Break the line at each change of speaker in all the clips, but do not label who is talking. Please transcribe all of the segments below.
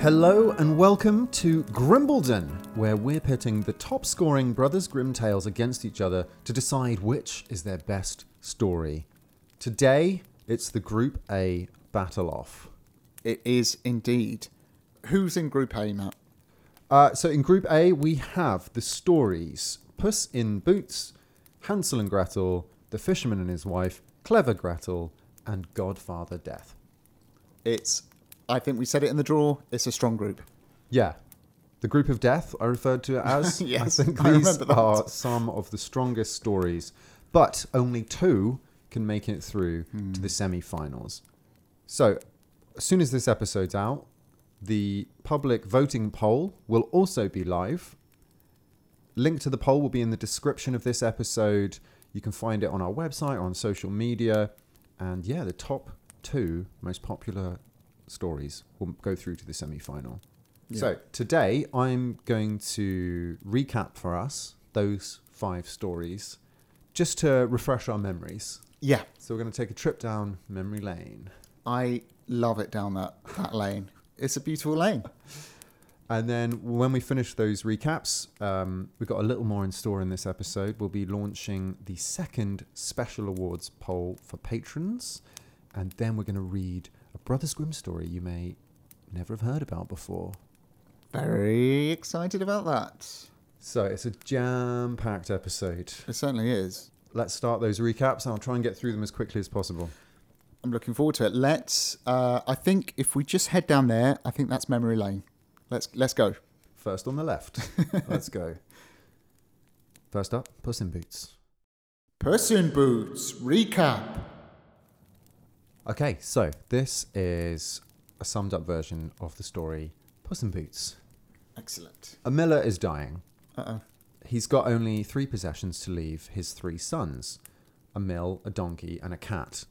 Hello and welcome to Grimbledon, where we're pitting the top scoring Brothers Grimm tales against each other to decide which is their best story. Today, it's the Group A battle off.
It is indeed. Who's in Group A, Matt?
Uh, so in Group A, we have the stories Puss in Boots, Hansel and Gretel, The Fisherman and His Wife, Clever Gretel, and Godfather Death.
It's, I think we said it in the draw, it's a strong group.
Yeah. The group of death, I referred to it as.
Yes,
I think
I
these
remember that.
are some of the strongest stories, but only two can make it through to
Hmm.
the semi finals. So, as soon as this episode's out, the public voting poll will also be live. Link to the poll will be in the description of this episode. You can find it on our website, on social media. And yeah, the top two most popular stories will go through to the semi final. So today I'm going to recap for us those five stories just to refresh our memories.
Yeah,
So we're going to take a trip down memory lane.
I love it down that, that lane. It's a beautiful lane.
And then when we finish those recaps, um, we've got a little more in store in this episode. We'll be launching the second special awards poll for patrons. And then we're going to read a Brothers Grimm story you may never have heard about before.
Very excited about that.
So it's a jam packed episode.
It certainly is.
Let's start those recaps and I'll try and get through them as quickly as possible.
I'm looking forward to it. Let's, uh, I think if we just head down there, I think that's memory lane. Let's, let's go.
First on the left. Let's go. First up, Puss in Boots.
Person Boots, recap.
Okay, so this is a summed up version of the story Puss in Boots.
Excellent.
A miller is dying.
Uh-oh.
He's got only three possessions to leave his three sons a mill, a donkey, and a cat.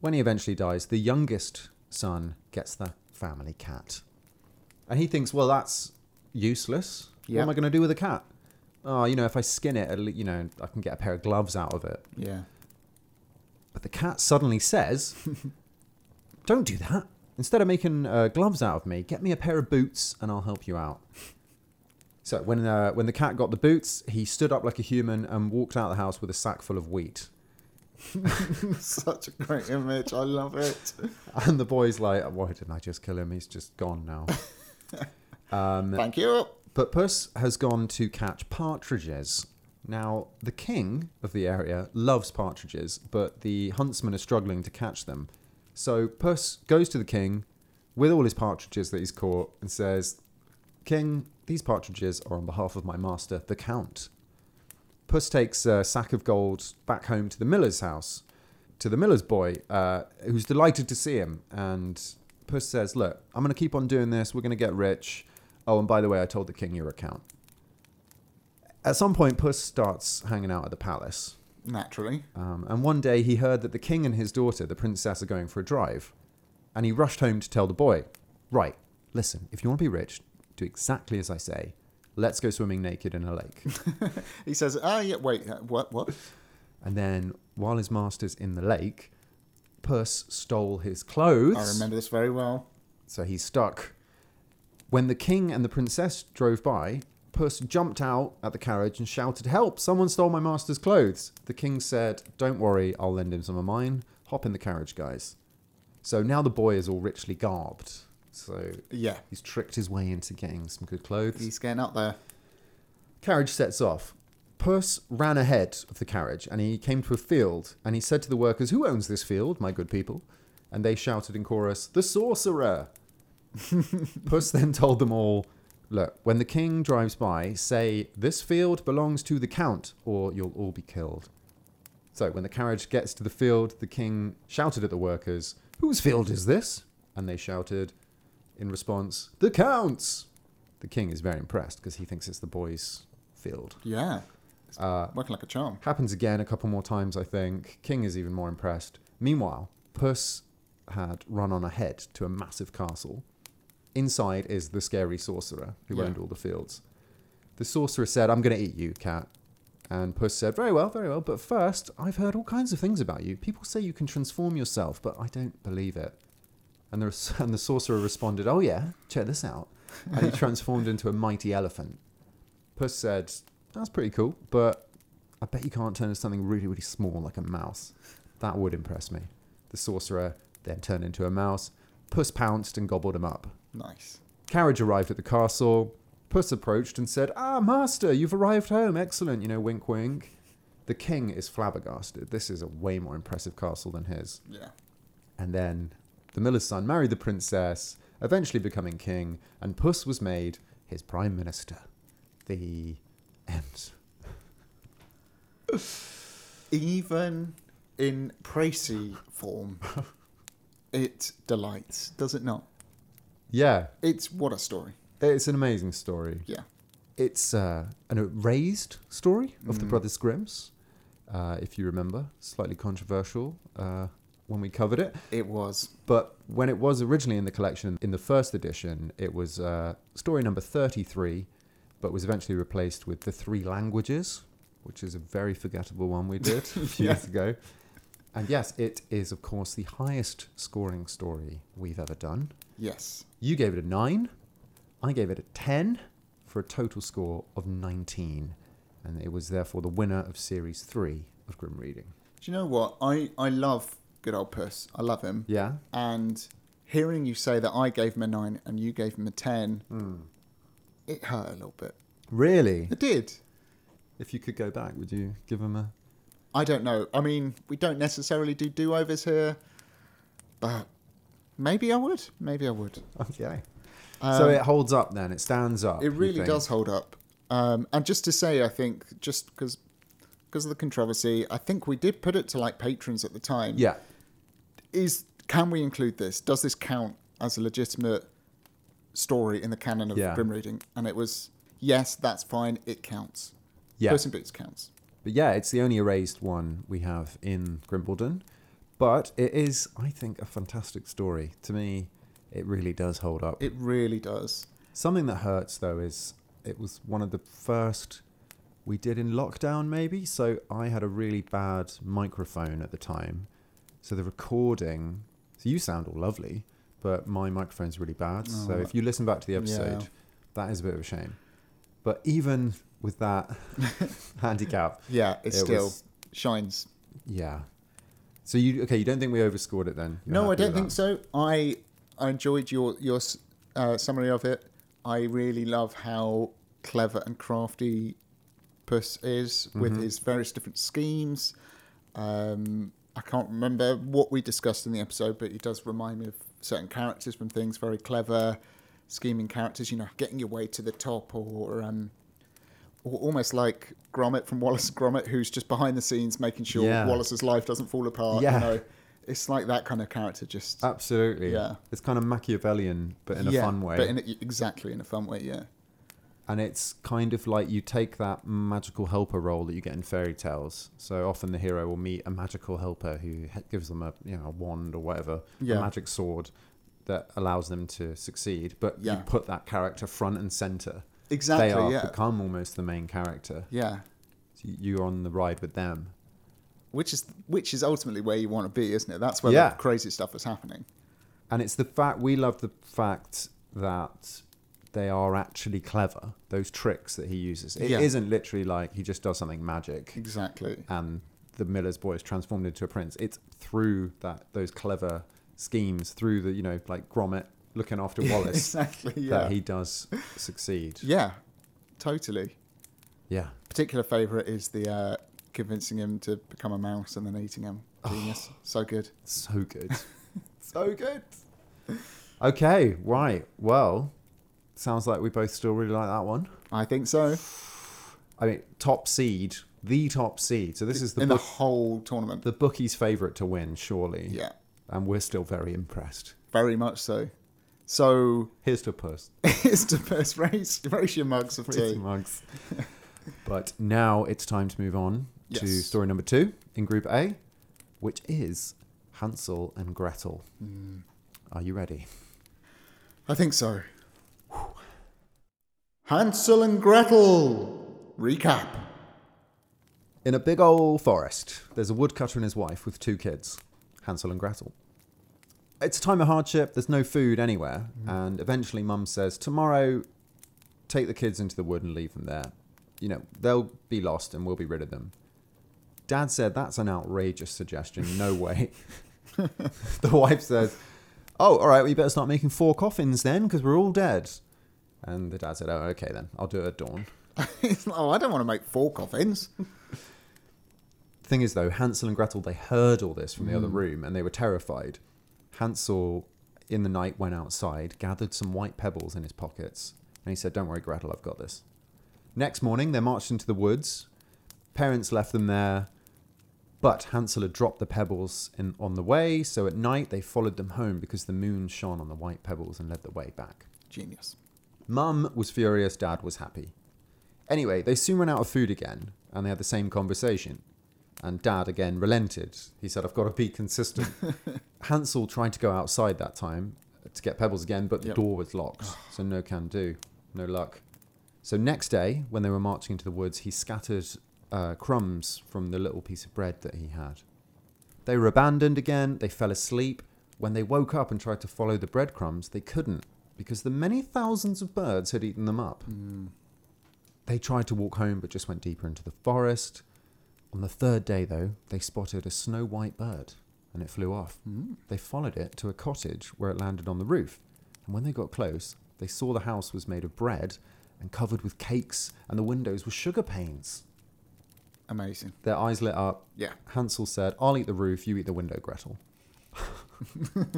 When he eventually dies, the youngest son gets the family cat. And he thinks, well, that's useless. What
Yeah.
am I going to do with a cat? Oh, you know, if I skin it, at le- you know, I can get a pair of gloves out of it.
Yeah.
But the cat suddenly says, Don't do that. Instead of making uh, gloves out of me, get me a pair of boots and I'll help you out. So when, uh, when the cat got the boots, he stood up like a human and walked out of the house with a sack full of wheat.
Such a great image. I love it.
And the boy's like, Why didn't I just kill him? He's just gone now. Um,
Thank you.
But Puss has gone to catch partridges. Now, the king of the area loves partridges, but the huntsmen are struggling to catch them. So Puss goes to the king with all his partridges that he's caught and says, King, these partridges are on behalf of my master, the count. Puss takes a sack of gold back home to the miller's house, to the miller's boy, uh, who's delighted to see him. And Puss says, Look, I'm going to keep on doing this. We're going to get rich. Oh, and by the way, I told the king your account. At some point, Puss starts hanging out at the palace.
Naturally.
Um, and one day he heard that the king and his daughter, the princess, are going for a drive. And he rushed home to tell the boy, Right, listen, if you want to be rich, do exactly as I say. Let's go swimming naked in a lake.
He says, "Ah, yeah, wait, uh, what? What?
And then, while his master's in the lake, Puss stole his clothes.
I remember this very well."
So he's stuck. When the king and the princess drove by, Puss jumped out at the carriage and shouted, Help! Someone stole my master's clothes. The king said, Don't worry, I'll lend him some of mine. Hop in the carriage, guys. So now the boy is all richly garbed. So
Yeah,
he's tricked his way into getting some good clothes.
he's getting up there.
Carriage sets off. Puss ran ahead of the carriage and he came to a field and he said to the workers, Who owns this field, my good people? And they shouted in chorus, The sorcerer! Puss then told them all, Look, when the king drives by, say, This field belongs to the count, or you'll all be killed. So when the carriage gets to the field, the king shouted at the workers, Whose field is this? And they shouted in response, The count's! The king is very impressed because he thinks it's the boys' field. Uh,
Yeah. Working like a charm.
Happens again a couple more times, I think. King is even more impressed. Meanwhile, Puss had run on ahead to a massive castle. Inside is the scary sorcerer who
Yeah.
owned all the fields. The sorcerer said, I'm going to eat you, cat. And Puss said, Very well, very well, but first, I've heard all kinds of things about you. People say you can transform yourself, but I don't believe it. And the, and the sorcerer responded, Oh, yeah, check this out. And he transformed into a mighty elephant. Puss said, That's pretty cool, but I bet you can't turn into something really, really small like a mouse. That would impress me. The sorcerer then turned into a mouse. Puss pounced and gobbled him up.
Nice.
Carriage arrived at the castle. Puss approached and said, Ah, master, you've arrived home. Excellent, you know, wink, wink. The king is flabbergasted. This is a way more impressive castle than his.
Yeah.
And then the miller's son married the princess, eventually becoming king, and Puss was made his prime minister. The end.
Even in précis form, it delights, does it not?
Yeah,
It's what a story.
it's an amazing story.
Yeah.
It's uh, an erased story of
Mm.
the Brothers Grimms, uh, if you remember. Slightly controversial uh, when we covered it.
It was.
But when it was originally in the collection in the first edition, it was uh, story number 33, but was eventually replaced with The Three Languages, which is a very forgettable one we did a few
Yeah.
years ago. And yes, it is, of course, the highest scoring story we've ever done.
Yes.
You gave it a 9. I gave it a 10 for a total score of 19. And it was therefore the winner of Series 3 of Grim Reading.
Do you know what? I, I love good old Puss. I love him.
Yeah?
And hearing you say that I gave him a nine and you gave him a ten,
Hmm.
it hurt a little bit.
Really?
It did.
If you could go back, would you give him a.
I don't know. I mean, we don't necessarily do do overs here, but maybe I would. Maybe I would.
Okay.
Um,
so it holds up then. It stands up.
It
you
really
think?
does hold up. Um, and just to say, I think just because because of the controversy, I think we did put it to like patrons at the time.
Yeah.
is can we include this? Does this count as a legitimate story in the canon of
Yeah.
grim reading? And it was yes, that's fine. It counts.
Yeah.
Puss in Boots counts.
But yeah, it's the only erased one we have in Grimbledon. But it is, I think, a fantastic story. To me, it really does hold up.
It really does.
Something that hurts though is it was one of the first we did in lockdown, maybe. So I had a really bad microphone at the time. So the recording, so you sound all lovely, but my microphone's really bad. so
Oh.
if you listen back to the episode,
Yeah.
that is a bit of a shame. But even with that handicap,
Yeah,
It
it, still
was-
shines.
yeah. So you okay? You don't think we overscored it then? You're
no, I
happy
don't
with
think
that?
so. I I enjoyed your your uh, summary of it. I really love how clever and crafty Puss is
Mm-hmm.
with his various different schemes. Um, I can't remember what we discussed in the episode, but he does remind me of certain characters from things. Very clever scheming characters, you know, getting your way to the top or. Um, or almost like Gromit from Wallace and Gromit, who's just behind the scenes making sure
Yeah.
Wallace's life doesn't fall apart.
Yeah.
You know, it's like that kind of character, just
Absolutely.
Yeah.
It's kind of Machiavellian, Uh, but in
Yeah,
a fun way.
but in a, exactly in a fun way. Yeah,
and it's kind of like you take that magical helper role that you get in fairy tales. So often the hero will meet a magical helper who he- gives them a you know a wand or whatever,
Yeah.
a magic sword that allows them to succeed. But
Yeah.
you put that character front and center.
exactly.
they are
yeah,
become almost the main character.
yeah.
So You're on the ride with them.
Which is which is ultimately where you want to be, isn't it? That's where
Yeah.
the crazy stuff is happening.
And it's the fact we love the fact that they are actually clever. Those tricks that he uses. It
Yeah.
not literally like he just does something magic.
Exactly.
and um, the miller's boy is transformed into a prince it's through that those clever schemes through the you know like grommet looking after wallace
exactly. Yeah.
that he does succeed
Yeah. Totally.
yeah
Particular favorite is the uh, convincing him to become a mouse and then eating him. Genius. so good.
so good so good okay right well sounds like we both still really like that one
I think so.
i mean top seed the top seed. So this is the
in the
book,
whole tournament.
the bookie's favourite to win, surely.
yeah,
And we're still very impressed.
very much so. So
Here's to puss.
it's the first race. Raise your mugs of
Pretty
tea.
mugs. but now it's time to move on to
Yes.
story number two in Group A, which is Hansel and Gretel. Are you ready?
I think so. Hansel and Gretel. Recap.
In a big old forest, there's a woodcutter and his wife with two kids, Hansel and Gretel. It's a time of hardship, there's no food anywhere, and eventually Mum says, Tomorrow, take the kids into the wood and leave them there. You know, they'll be lost and we'll be rid of them. Dad said, That's an outrageous suggestion, no way. the wife says, Oh, all right, we better start making four coffins then, because we're all dead. And the dad said, Oh, okay then, I'll do it at dawn.
oh, I don't want to make four coffins.
thing is though hansel and gretel they heard all this from the other room and they were terrified hansel in the night went outside gathered some white pebbles in his pockets and he said don't worry gretel i've got this next morning they marched into the woods parents left them there but hansel had dropped the pebbles in, on the way so at night they followed them home because the moon shone on the white pebbles and led the way back
Genius.
Mum was furious, Dad was happy. Anyway, they soon ran out of food again, and they had the same conversation. And Dad again relented. He said, I've got to be consistent. Hansel tried to go outside that time to get pebbles again, but the
Yep.
door was locked, so no can do. No luck. So next day, when they were marching into the woods, he scattered uh, crumbs from the little piece of bread that he had. They were abandoned again, they fell asleep. When they woke up and tried to follow the breadcrumbs, they couldn't because the many thousands of birds had eaten them up.
Mm-hmm.
They tried to walk home but just went deeper into the forest. On the third day, though, they spotted a snow white bird and it flew off. They followed it to a cottage where it landed on the roof. And when they got close, they saw the house was made of bread and covered with cakes, and the windows were sugar panes.
Amazing.
Their eyes lit up.
Yeah.
Hansel said, I'll eat the roof, you eat the window, Gretel.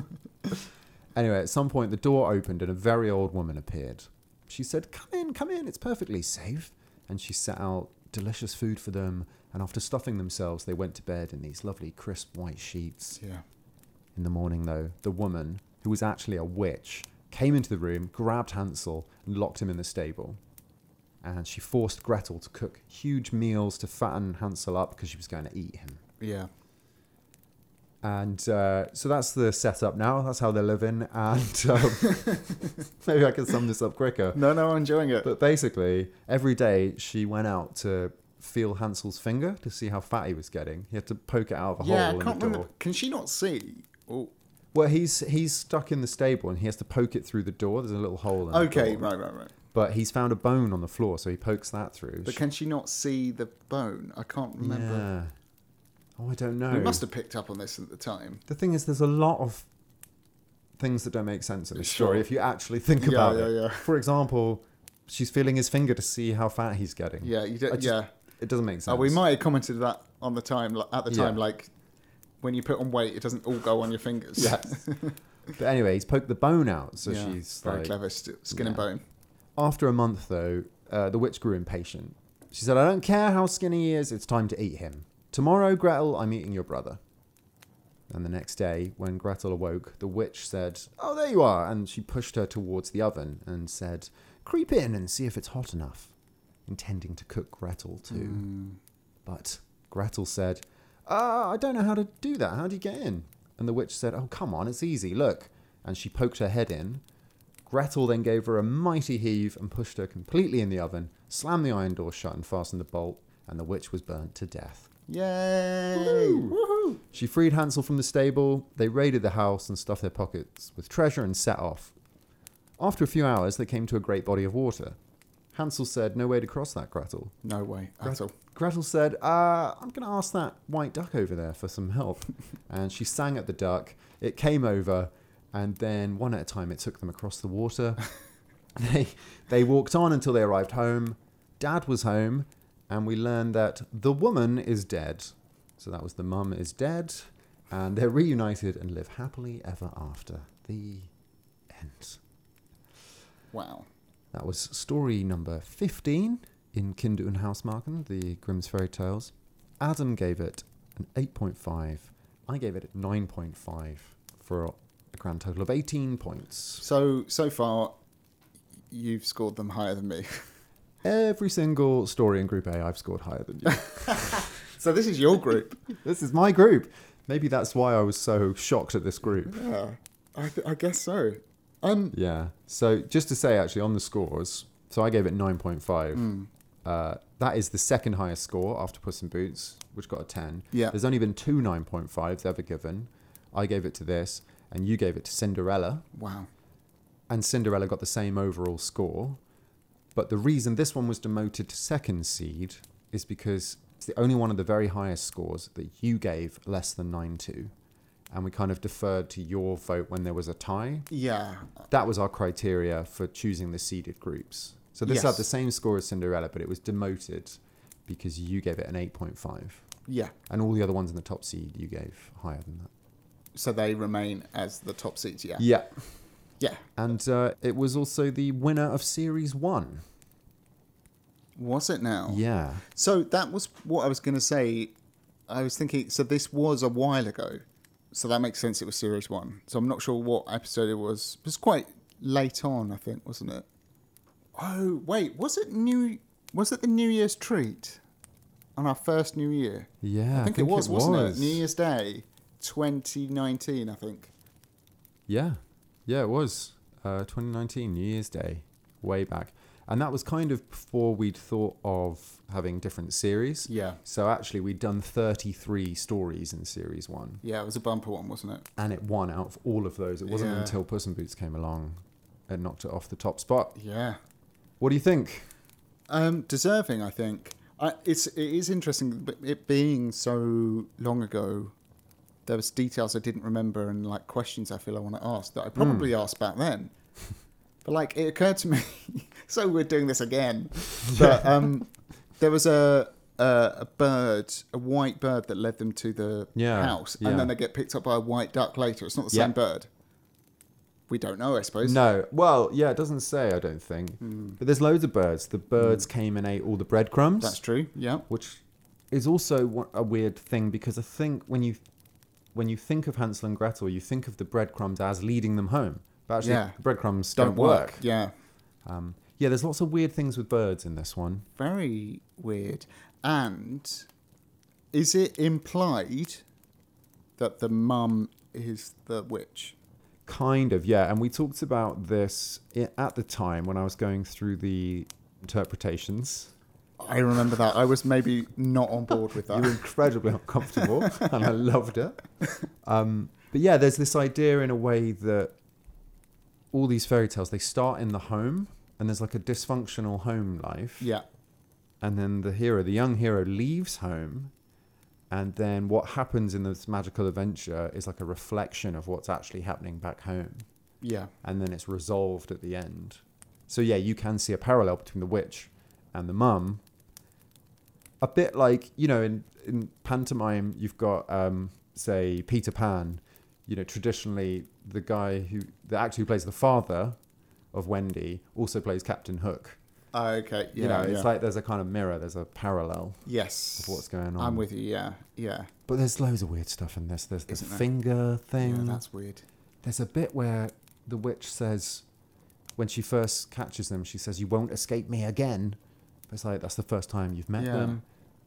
anyway, at some point, the door opened and a very old woman appeared. She said, Come in, come in, it's perfectly safe. And she set out delicious food for them, and after stuffing themselves, they went to bed in these lovely, crisp white sheets.
Yeah.
In the morning, though, the woman, who was actually a witch, came into the room, grabbed Hansel, and locked him in the stable. And she forced Gretel to cook huge meals to fatten Hansel up because she was going to eat him.
Yeah.
And uh, so that's the setup now. That's how they're living. And um, maybe I could sum this up quicker.
No, no, I'm enjoying it.
But basically, every day she went out to feel Hansel's finger to see how fat he was getting. He had to poke it out of a
yeah, I
hole in the
can't
door.
remember. Can she not see? Oh,
Well, he's he's stuck in the stable and he has to poke it through the door. There's a little hole. In
okay,
The door.
right, right, right.
But he's found a bone on the floor, so he pokes that through.
But can she not see the bone? I can't remember.
Yeah. Oh, I don't know.
We must have picked up on this at the time.
The thing is, there's a lot of things that don't make sense in this
Sure.
story if you actually think
Yeah,
about
yeah,
it.
yeah.
For example, she's feeling his finger to see how fat he's getting.
Yeah, you
I
don't,
just-
yeah.
It doesn't make sense.
Uh, we might have commented that on the time li- at the
Yeah.
time, like when you put on weight, it doesn't all go on your fingers.
Yes. but anyway, he's poked the bone out, so
Yeah,
she's
very
like,
clever. st- Skin and
yeah.
bone.
After a month, though, uh, the witch grew impatient. She said, I don't care how skinny he is, it's time to eat him. Tomorrow, Gretel, I'm eating your brother. And the next day, when Gretel awoke, the witch said, Oh, there you are. And she pushed her towards the oven and said, Creep in and see if it's hot enough, intending to cook Gretel too.
Mm.
But Gretel said, uh, I don't know how to do that. How do you get in? And the witch said, Oh, come on, it's easy, look. And she poked her head in. Gretel then gave her a mighty heave and pushed her completely in the oven, slammed the iron door shut and fastened the bolt, and the witch was burnt to death.
Yay!
She freed Hansel from the stable, they raided the house and stuffed their pockets with treasure and set off. After a few hours, they came to a great body of water. Hansel said, No way to cross that, Gretel.
No way at all.
Gretel said, uh, I'm going to ask that white duck over there for some help. and she sang at the duck. It came over, and then one at a time it took them across the water. they, they walked on until they arrived home. Dad was home, and we learned that the woman is dead. So that was the mum is dead, and they're reunited and live happily ever after. The end.
Wow.
That was story number 15 in Kinder und Hausmarken, the Grimm's fairy tales. Adam gave it an 8.5. I gave it a 9.5 for a grand total of 18 points.
So so far, you've scored them higher than me.
Every single story in Group A I've scored higher than you.
so this is your group.
this is my group. Maybe that's why I was so shocked at this group.
yeah, I, th- I guess so. Um,
Yeah. So just to say, actually, on the scores, so I gave it 9.5.
Mm. hmm,
Uh, that is the second highest score after Puss in Boots, which got a 10.
Yeah.
There's only been two 9.5s ever given. I gave it to this, and you gave it to Cinderella,
wow.
and Cinderella got the same overall score. But the reason this one was demoted to second seed is because it's the only one of the very highest scores that you gave less than 9 to. And we kind of deferred to your vote when there was a tie
Yeah,
that was our criteria for choosing the seeded groups. So this
Yes.
had the same score as Cinderella, but it was demoted because you gave it an 8.5.
yeah.
And all the other ones in the top seed you gave higher than that.
So they remain as the top seeds. Yeah,
Yeah.
yeah.
And uh, it was also the winner of Series 1.
Was it now?
Yeah.
So that was what I was going to say. I was thinking, so this was a while ago. So that makes sense. It was series one. So I'm not sure what episode it was. It was quite late on, I think, wasn't it? Oh wait, was it new? Was it the New Year's treat on our first New Year?
Yeah.
I think, it was, wasn't
was.
it? New Year's Day, 2019, I think.
Yeah, yeah, it was uh, 2019 New Year's Day, way back, and that was kind of before we'd thought of having different series.
Yeah.
So actually, we'd done 33 stories in series one,
Yeah, it was a bumper one, wasn't it?
and it won out of all of those. It wasn't
Yeah.
until Puss in Boots came along and knocked it off the top spot.
Yeah.
What do you think?
Um, deserving, I think. I, it's it is interesting, but it being so long ago, there was details I didn't remember and like questions I feel I want to ask that I
Hmm.
probably asked back then. but like it occurred to me, so we're doing this again. But um, there was a, a a bird, a white bird that led them to the
Yeah,
house, and
yeah.
then they get picked up by a white duck later. It's not the
Yeah.
same bird. We don't know, I suppose.
No, well, yeah, it doesn't say. I don't think,
Hmm.
but there's loads of birds. The birds came and ate all the breadcrumbs.
That's true. Yeah.
which is also wa- a weird thing because I think when you when you think of Hansel and Gretel, you think of the breadcrumbs as leading them home, but actually
Yeah.
the breadcrumbs don't, work.
Yeah.
Um, yeah, there's lots of weird things with birds in this one.
very weird. And is it implied that the mum is the witch?
Kind of, yeah. And we talked about this i- at the time when I was going through the interpretations.
I remember that. I was maybe not on board with
You were
that.
incredibly uncomfortable, and I loved it. Um, but yeah, there's this idea in a way that all these fairy tales they start in the home, and there's like a dysfunctional home life.
yeah.
And then the hero, the young hero, leaves home, and then what happens in this magical adventure is like a reflection of what's actually happening back home,
Yeah.
and then it's resolved at the end. So yeah, you can see a parallel between the witch and the mum. A bit like you know in in pantomime, you've got um, say Peter Pan. You know, traditionally the guy who the actor who plays the father of Wendy also plays Captain Hook.
Okay. Yeah.
You know,
yeah.
it's like there's a kind of mirror, there's a parallel
yes.
of what's going on.
I'm with you. Yeah. Yeah.
but there's loads of weird stuff in this. There's the
Isn't there?
finger
Yeah.
thing.
That's weird.
there's a bit where the witch says, when she first catches them, she says, "You won't escape me again." It's like that's the first time you've met
Yeah.
them.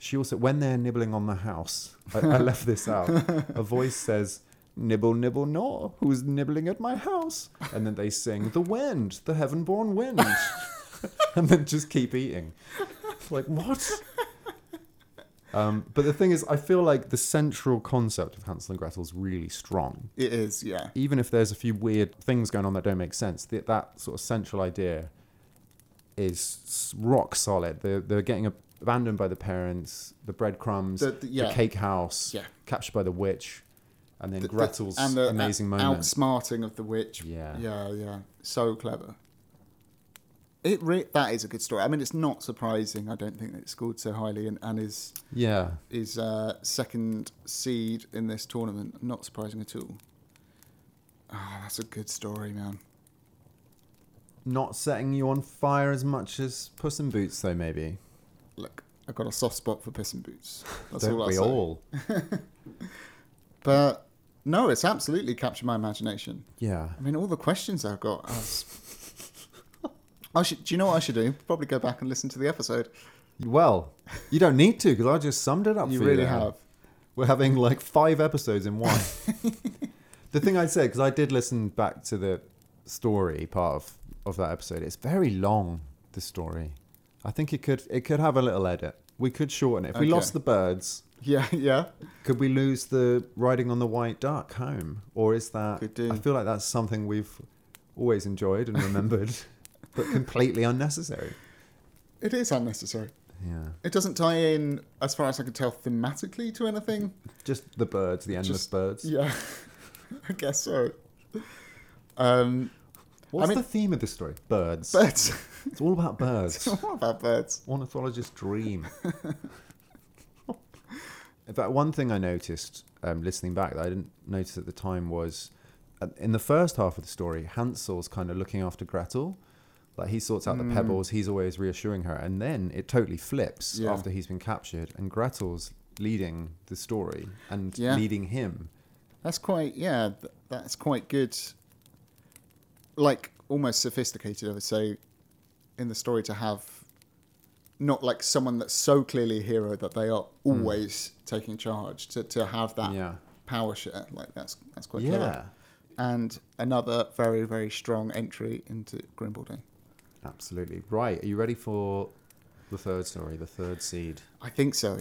She also, when they're nibbling on the house, I, I left this out. A voice says, "Nibble, nibble, gnaw. Who's nibbling at my house?" And then they sing, "The wind, the heaven-born wind," and then just keep eating. It's like what? Um, but the thing is, I feel like the central concept of Hansel and Gretel is really strong
It is. Yeah.
even if there's a few weird things going on that don't make sense, that, that sort of central idea is s- rock solid. They're, they're getting ab- abandoned by the parents, the breadcrumbs,
The-
the,
the- yeah.
cake house,
Yeah.
captured by the witch, and then
The- uh, the-
Gretel's amazing
a-
moment.
outsmarting of the witch.
Yeah.
yeah, yeah. So clever. It re- that is a good story. I mean, it's not surprising. I don't think that it scored so highly and, and is
yeah.
is uh, second seed in this tournament. Not surprising at all. Ah, that's a good story, man.
Not setting you on fire as much as Puss in Boots, though, maybe.
look, I've got a soft spot for Piss and Boots. That's
Don't
all I'll
we
say.
all?
But no, it's absolutely captured my imagination.
Yeah.
I mean, all the questions I've got. I, was- I should. Do you know what I should do? Probably go back and listen to the episode.
Well, you don't need to because I just summed it up
You
for
really
you. there.
have.
We're having like five episodes in one. the thing I'd say, because I did listen back to the story part of, of that episode, it's very long, the story. I think it could it could have a little edit. We could shorten it. If we
Okay.
lost the birds,
Yeah, yeah.
could we lose the riding on the white duck home? Or is that
Could do.
I feel like that's something we've always enjoyed and remembered, but completely unnecessary.
It is unnecessary.
Yeah.
It doesn't tie in, as far as I can tell, thematically to anything.
Just the birds, the endless
Just-
birds.
Yeah, I guess so. Um,
What's
I mean-
the theme of this story? Birds.
birds.
It's all about birds.
what about birds?
Ornithologist's dream. In fact, one thing I noticed um, listening back that I didn't notice at the time was uh, in the first half of the story, Hansel's kind of looking after Gretel. Like he sorts out
Hmm.
the pebbles, he's always reassuring her. And then it totally flips
Yeah.
after he's been captured, and Gretel's leading the story and
Yeah.
leading him.
That's quite. Yeah, th- that's quite good. Like almost sophisticated, I would say, in the story to have not like someone that's so clearly a hero that they are always taking charge to, to have that
Yeah.
power share. Like that's that's quite
Yeah,
clever. And another very very strong entry into Grimbalding.
absolutely. Right. Are you ready for the third story, the third seed?
I think so.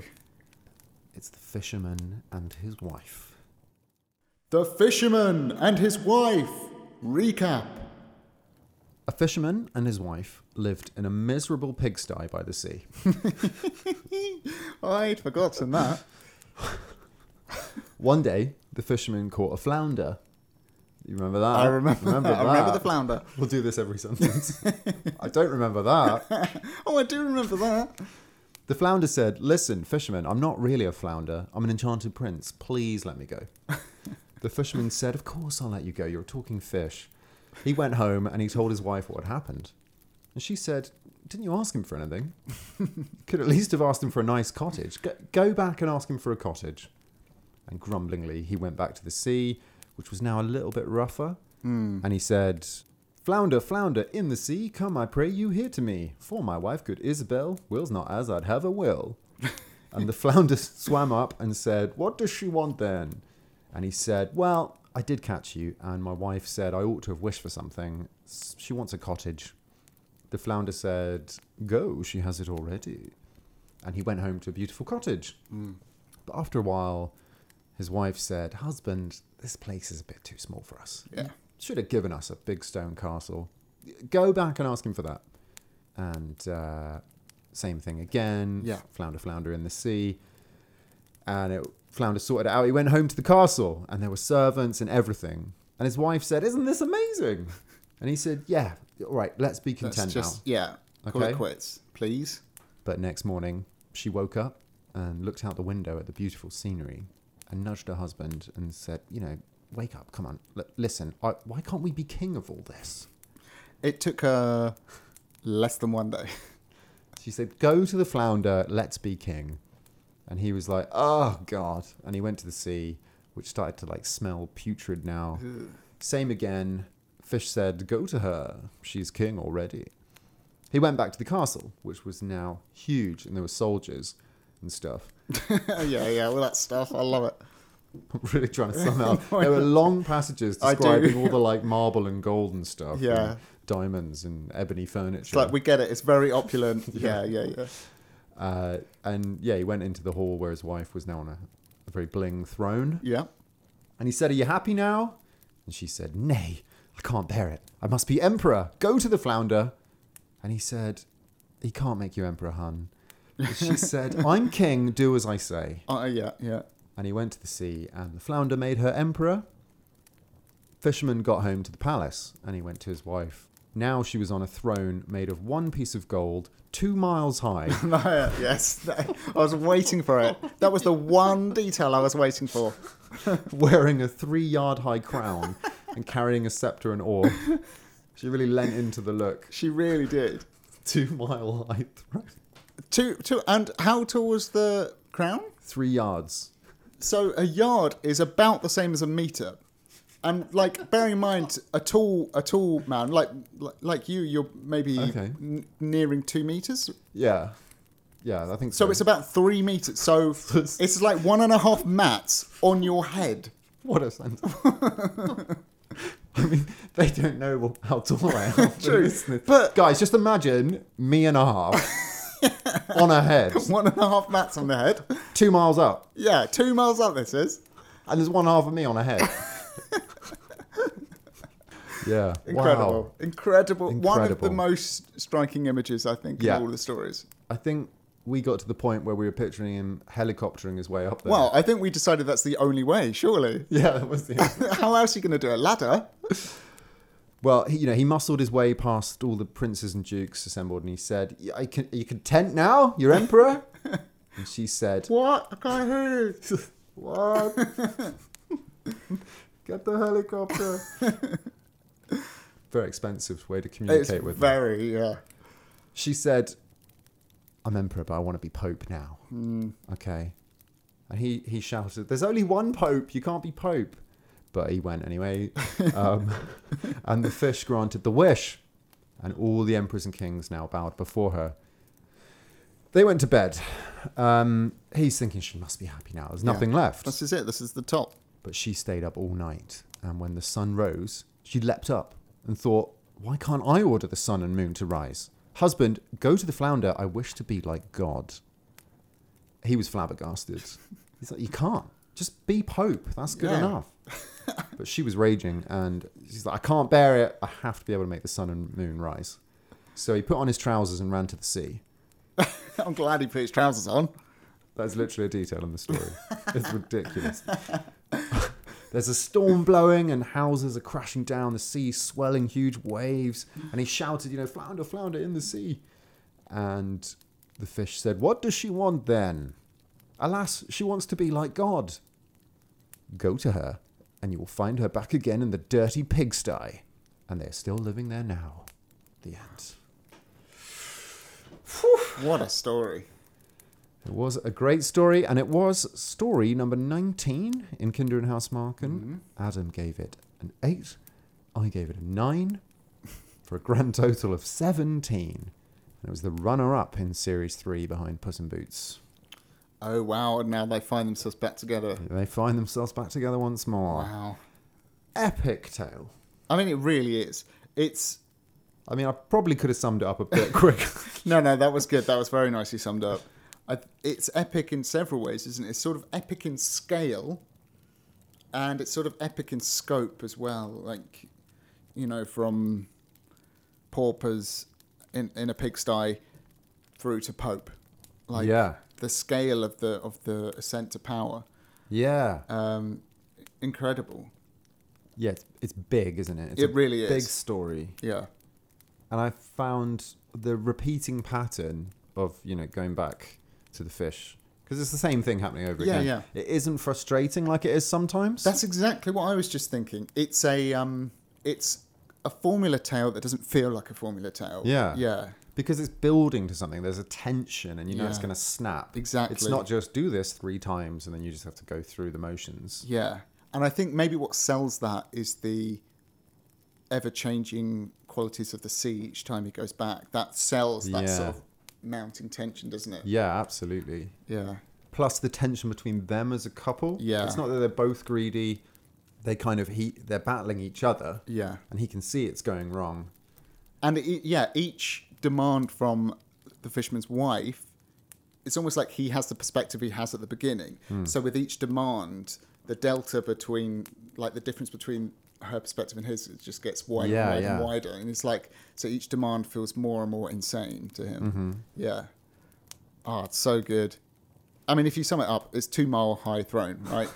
It's the fisherman and his wife.
The fisherman and his wife. Recap.
A fisherman and his wife lived in a miserable pigsty by the sea.
I'd forgotten that.
One day, the fisherman caught a flounder. You remember that?
I remember. that. I remember the flounder.
We'll do this every sentence. I don't remember that.
Oh, I do remember that.
The flounder said, Listen, fisherman, I'm not really a flounder. I'm an enchanted prince. Please let me go. The fisherman said, Of course I'll let you go. You're a talking fish. He went home and he told his wife what had happened. And she said, Didn't you ask him for anything? Could at least have asked him for a nice cottage. Go, go back and ask him for a cottage. And grumblingly, he went back to the sea, which was now a little bit rougher. And he said, Flounder, flounder, in the sea, come, I pray you, here to me. For my wife, good Isabel, will's not as I'd have her will. and the flounder swam up and said, What does she want then? And he said, Well, I did catch you, and my wife said I ought to have wished for something. S- She wants a cottage. The flounder said, Go, she has it already. And he went home to a beautiful cottage.
Hmm.
But after a while, his wife said, Husband, this place is a bit too small for us.
Yeah.
Should have given us a big stone castle. Go back and ask him for that. And uh, same thing again.
Yeah.
Flounder, flounder in the sea. And it, Flounder sorted it out. He went home to the castle and there were servants and everything. And his wife said, Isn't this amazing? And he said, Yeah, all right, let's be
That's
content now.
just yeah. Call
Okay.
it quits, please.
But next morning, she woke up and looked out the window at the beautiful scenery and nudged her husband and said, You know, wake up, come on, L- listen, I, why can't we be king of all this?
It took her less than one day.
She said, Go to the flounder, let's be king. And he was like, Oh, God. And he went to the sea, which started to like smell putrid now. Same again. Fish said, Go to her, she's king already. He went back to the castle, which was now huge, and there were soldiers and stuff.
yeah, yeah, all that stuff. I love it.
I'm really trying to sum it up. There were long passages
Oh I do.
describing all the like marble and gold and stuff.
Yeah.
and diamonds and ebony furniture.
It's like we get it. It's very opulent. yeah, yeah, yeah.
uh, and yeah, he went into the hall where his wife was now on a, a very bling throne.
Yeah.
And he said, Are you happy now? And she said, Nay, I can't bear it. I must be emperor. Go to the flounder. And he said, He can't make you emperor, hun. And she said, I'm king, do as I say.
Uh, yeah, yeah.
and he went to the sea, and the flounder made her emperor. Fisherman got home to the palace, and he went to his wife. Now she was on a throne made of one piece of gold, two miles high.
No, yeah, yes. I was waiting for it. That was the one detail I was waiting for.
wearing a three yard high crown and carrying a scepter and orb. She really lent into the look.
She really did.
Two mile high throne.
Two, two, and how tall was the crown?
Three yards.
So a yard is about the same as a meter. And like, bearing in mind, a tall, a tall man like like, like you, you're maybe
Okay.
n- nearing two meters.
Yeah. Yeah, I think so.
So it's about three meters. So it's like one and a half mats on your head.
What a sentence. I mean, they don't know what, how tall I am.
True,
But
but-
guys, just imagine me and a half on a head,
One and a half mats on the head.
two miles up,
Yeah, two miles up. This is
and there's one half of me on a head. yeah.
incredible,
Wow.
incredible. One of
Incredible.
the most striking images I think
Yeah.
in all the stories.
I think we got to the point where we were picturing him helicoptering his way up there.
Well, I think we decided that's the only way. Surely,
yeah, that was the.
how else are you going to do a ladder?
Well, he, you know, he muscled his way past all the princes and dukes assembled, and he said, "Y- "I can, are you content now, your emperor?" and she said,
What? I can't hear you.
"What? Get the helicopter." very expensive way to
It's
communicate with. them.
very yeah.
She said, "I'm emperor, but I want to be pope now." Okay, and he he shouted, "There's only one pope. You can't be pope." But he went anyway, um, and the fish granted the wish, and all the emperors and kings now bowed before her. They went to bed. Um, he's thinking she must be happy now. There's
Yeah.
nothing left.
This is it. This is the top.
But she stayed up all night, and when the sun rose, she leapt up and thought, Why can't I order the sun and moon to rise? Husband, go to the flounder. I wish to be like God. He was flabbergasted. He's like, You can't. Just be Pope. That's good
Yeah.
enough. but she was raging, and she's like, I can't bear it. I have to be able to make the sun and moon rise. So he put on his trousers and ran to the sea.
I'm glad he put his trousers on.
That's literally a detail in the story. it's ridiculous. There's a storm blowing and houses are crashing down, the sea swelling huge waves. And he shouted, you know, flounder, flounder in the sea. And the fish said, What does she want then? Alas, she wants to be like God. Go to her, and you will find her back again in the dirty pigsty. And they are still living there now. The end.
What a story.
It was a great story, and it was story number 19 in Kinder and Hausmarken.
Mm-hmm.
Adam gave it an 8. I gave it a 9 for a grand total of 17. And it was the runner up in Series 3 behind Puss in Boots.
Oh wow! And now they find themselves back together.
They find themselves back together once more.
Wow.
Epic tale.
I mean, it really is. It's
I mean, I probably could have summed it up a bit quicker.
no, no. That was good. That was very nicely summed up. I, it's epic in several ways, isn't it? It's sort of epic in scale, and it's sort of epic in scope as well. Like, you know, from paupers in in a pigsty through to pope. Like
Yeah.
the scale of the of the ascent to power,
yeah.
um, incredible.
Yeah, it's, it's big, isn't it? It's
It
a
really is.
Big story.
Yeah.
and I found the repeating pattern of you know going back to the fish because it's the same thing happening over
Yeah,
again.
yeah.
It isn't frustrating like it is sometimes.
That's exactly what I was just thinking. It's a um, it's a formula tale that doesn't feel like a formula tale.
Yeah.
yeah,
because it's building to something. There's a tension, and you know it's
Yeah.
going to snap. It's
Exactly.
not just do this three times and then you just have to go through the motions.
yeah. And I think maybe what sells that is the ever-changing qualities of the sea each time he goes back. That sells that
Yeah.
sort of mounting tension, doesn't it?
Yeah, absolutely.
Yeah,
Plus the tension between them as a couple.
Yeah.
it's not that they're both greedy. They kind of he they're battling each other,
yeah.
and he can see it's going wrong.
And it, yeah, each demand from the fisherman's wife, it's almost like he has the perspective he has at the beginning. So with each demand, the delta between, like the difference between her perspective and his, it just gets wider
Yeah,
and wider
yeah.
and wider. And it's like, so each demand feels more and more insane to him. Yeah. Oh, it's so good. I mean, if you sum it up, it's two mile high throne, right?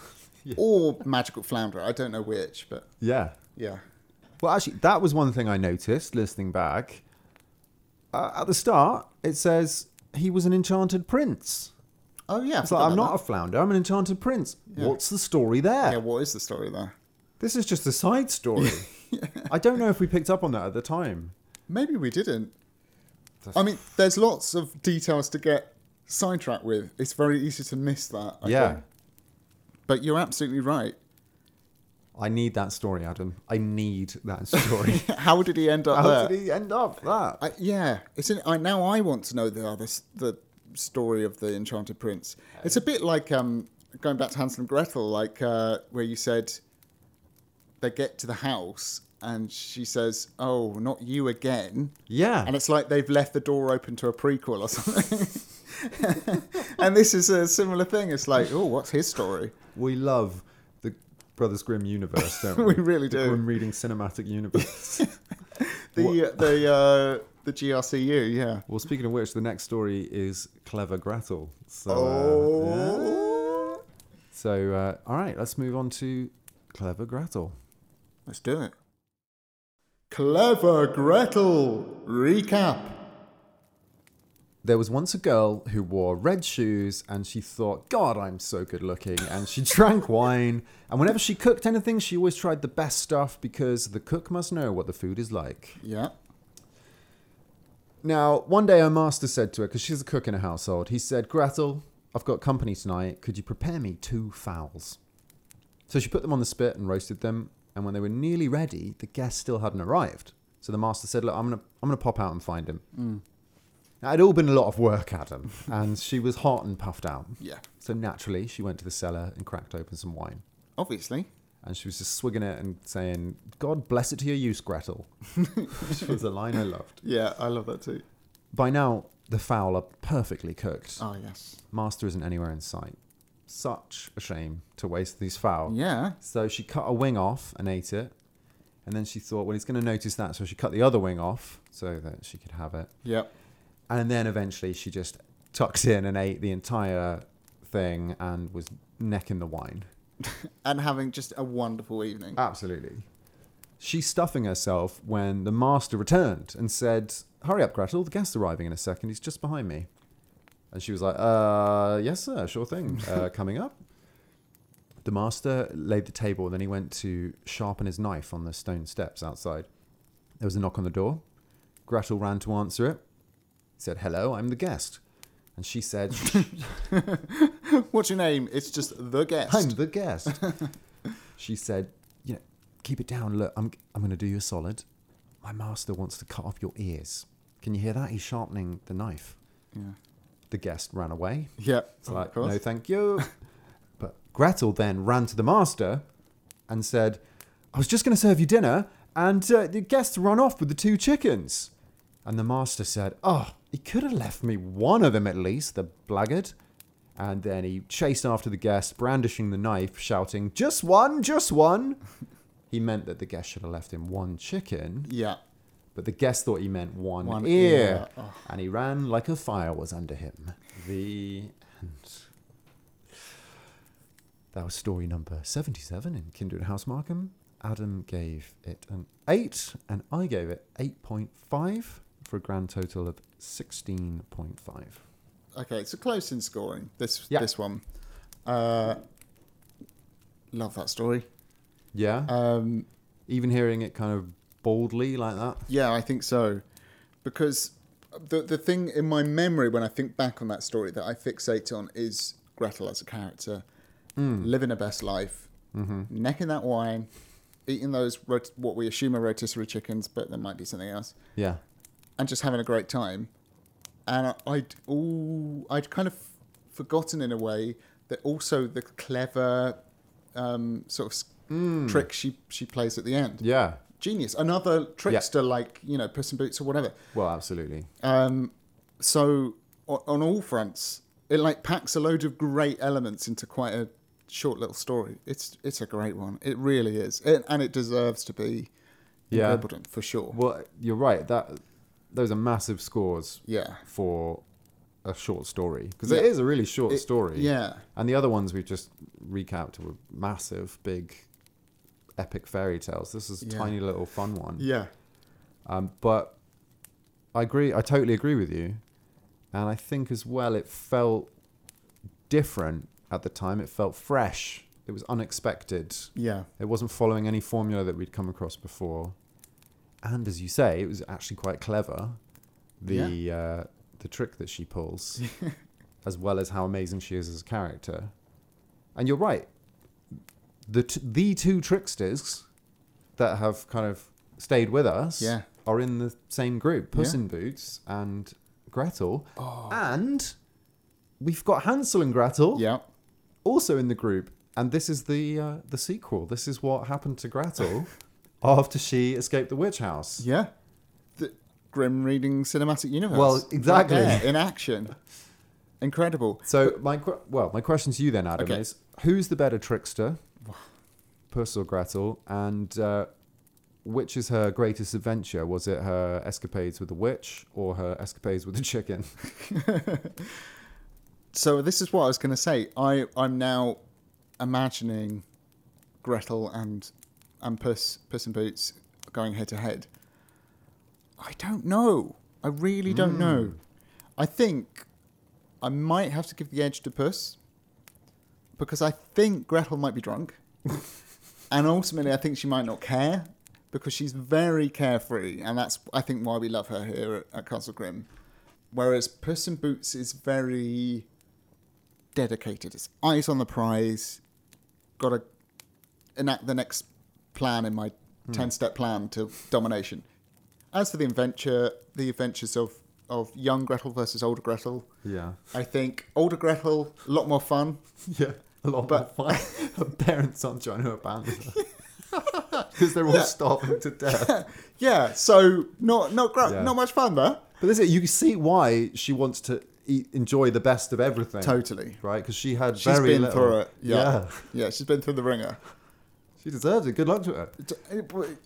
Or magical flounder. I don't know which, but
Yeah,
yeah.
Well, actually, that was one thing I noticed listening back. Uh, at the start, it says he was an enchanted prince.
Oh, yeah. I
It's
forgot
like, I'm
about
not a flounder, I'm an enchanted prince.
Yeah.
What's the story there?
that. Yeah, what is the story there?
This is just a side story. I don't know if we picked up on that at the time.
Maybe we didn't. I mean, there's lots of details to get sidetracked with. It's very easy to miss that. I
yeah.
think. But you're absolutely right.
I need that story, Adam. I need that story.
How did he end up there?
How did he end up that?
I, yeah, it's in, I, now I want to know the other s- the story of the Enchanted Prince. It's a bit like um, going back to Hansel and Gretel, like uh, where you said they get to the house and she says, "Oh, not you again,"
yeah.
and it's like they've left the door open to a prequel or something. and this is a similar thing. It's like, oh, what's his story?
We love the Brothers Grimm universe, don't we?
We really
The
do.
Grimm reading cinematic universe.
The the uh, the GRCU, yeah.
well, speaking of which, the next story is Clever Gretel. So, uh,
Oh.
yeah. so uh, all right, let's move on to Clever Gretel.
Let's do it. Clever Gretel recap.
There was once a girl who wore red shoes and she thought, God, I'm so good looking. And she drank wine. And whenever she cooked anything, she always tried the best stuff because the cook must know what the food is like.
Yeah.
Now, one day her master said to her, because she's a cook in a household, he said, Gretel, I've got company tonight. Could you prepare me two fowls? So she put them on the spit and roasted them. And when they were nearly ready, the guest still hadn't arrived. So the master said, Look, I'm going to I'm gonna pop out and find him. Now, it'd all been a lot of work, Adam. and she was hot and puffed out.
Yeah.
So naturally, she went to the cellar and cracked open some wine.
Obviously.
And she was just swigging it and saying, God bless it to your use, Gretel. Which was a line I loved.
Yeah, I love that too.
By now, the fowl are perfectly cooked.
Oh, yes.
Master isn't anywhere in sight. Such a shame to waste these fowl.
Oh. Yeah.
So she cut a wing off and ate it. And then she thought, well, he's going to notice that. So she cut the other wing off so that she could have it.
Yep.
And then eventually she just tucked in and ate the entire thing and was necking the wine.
And having just a wonderful evening.
Absolutely. She's stuffing herself when the master returned and said, Hurry up, Gretel, the guest's arriving in a second, he's just behind me. And she was like, Uh, yes, sir, sure thing, uh, coming up. The master laid the table, then he went to sharpen his knife on the stone steps outside. There was a knock on the door. Gretel ran to answer it, said, Hello, I'm the guest. And she said,
What's your name? It's just the guest.
I'm the guest. she said, "You know, keep it down. Look, I'm I'm going to do you a solid. My master wants to cut off your ears. Can you hear that? He's sharpening the knife."
Yeah.
The guest ran away.
Yeah.
It's like, no, thank you. but Gretel then ran to the master and said, I was just going to serve you dinner, and uh, the guests run off with the two chickens. And the master said, Oh, he could have left me one of them at least, the blackguard. And then he chased after the guest, brandishing the knife, shouting, Just one, just one. he meant that the guest should have left him one chicken,
Yeah.
but the guest thought he meant one,
One
ear.
ear. Oh.
And he ran like a fire was under him. The end. That was story number 77 in Kindred House Markham. Adam gave it an 8, and I gave it 8.5 for a grand total of 16.5.
Okay, so close in scoring. This
Yeah.
this one. Uh, love that story.
Yeah?
Um,
Even hearing it kind of boldly like that.
Yeah, I think so. Because the the thing in my memory when I think back on that story that I fixate on is Gretel as a character living her best life, necking that wine, eating those rot- what we assume are rotisserie chickens, but there might be something else,
Yeah.
and just having a great time. And I- I'd ooh, I'd kind of forgotten in a way that also the clever um, sort of s trick she she plays at the end
Hmm. Yeah.
genius. Another trickster, like you know, Puss in Boots or whatever.
Well, absolutely.
Um, so on, on all fronts, it like packs a load of great elements into quite a short little story. It's it's a great one. It really is, it, and it deserves to be
Yeah.
incompetent for sure.
Well, you're right. That Those are massive scores
yeah,
for a short story because it
Yeah.
is a really short
It-
story.
yeah,
And the other ones we've just recapped were massive, big, epic fairy tales. This is a
Yeah.
tiny little fun one.
yeah,
Um, but I agree. I totally agree with you. And I think as well, it felt different at the time. It felt fresh. It was unexpected.
yeah,
It wasn't following any formula that we'd come across before. And as you say, it was actually quite clever. the uh, the trick that she pulls, as well as how amazing she is as a character. And you're right. The t- the two tricksters that have kind of stayed with us
Yeah.
are in the same group: Puss
Yeah. Oh.
in Boots and Gretel, and we've got Hansel and Gretel
Yeah.
also in the group, and this is the uh, the sequel. This is what happened to Gretel after she escaped the witch house.
Yeah. The grim reading cinematic universe.
Well,
Right
exactly.
there, in action. Incredible.
So my que- well, my question to you then, Adam,
Okay.
is who's the better trickster, Puss or Gretel, and uh, which is her greatest adventure? Was it her escapades with the witch or her escapades with the chicken?
So this is what I was going to say. I I'm now imagining Gretel and and Puss Puss in Boots going head to head. I don't know. I really don't know. I think I might have to give the edge to Puss because I think Gretel might be drunk, and ultimately I think she might not care because she's very carefree, and that's I think why we love her here at, at Castle Grim. Whereas Puss in Boots is very dedicated. It's eyes on the prize. Got to enact the next plan in my 10 step plan to domination. As for the adventure, the adventures of, of young Gretel versus older Gretel,
Yeah,
I think older Gretel, a lot more fun.
yeah, a lot
But-
more fun. her parents aren't trying to abandon her because they're all starving to death.
Yeah, so not not gr-
Yeah.
not much fun there.
But this is, you can see why she wants to eat, enjoy the best of everything.
Totally.
Right? Because she had
She's
very
been
little.
through it.
yeah.
Yeah. yeah, she's been through the ringer.
She deserves it. Good luck to her.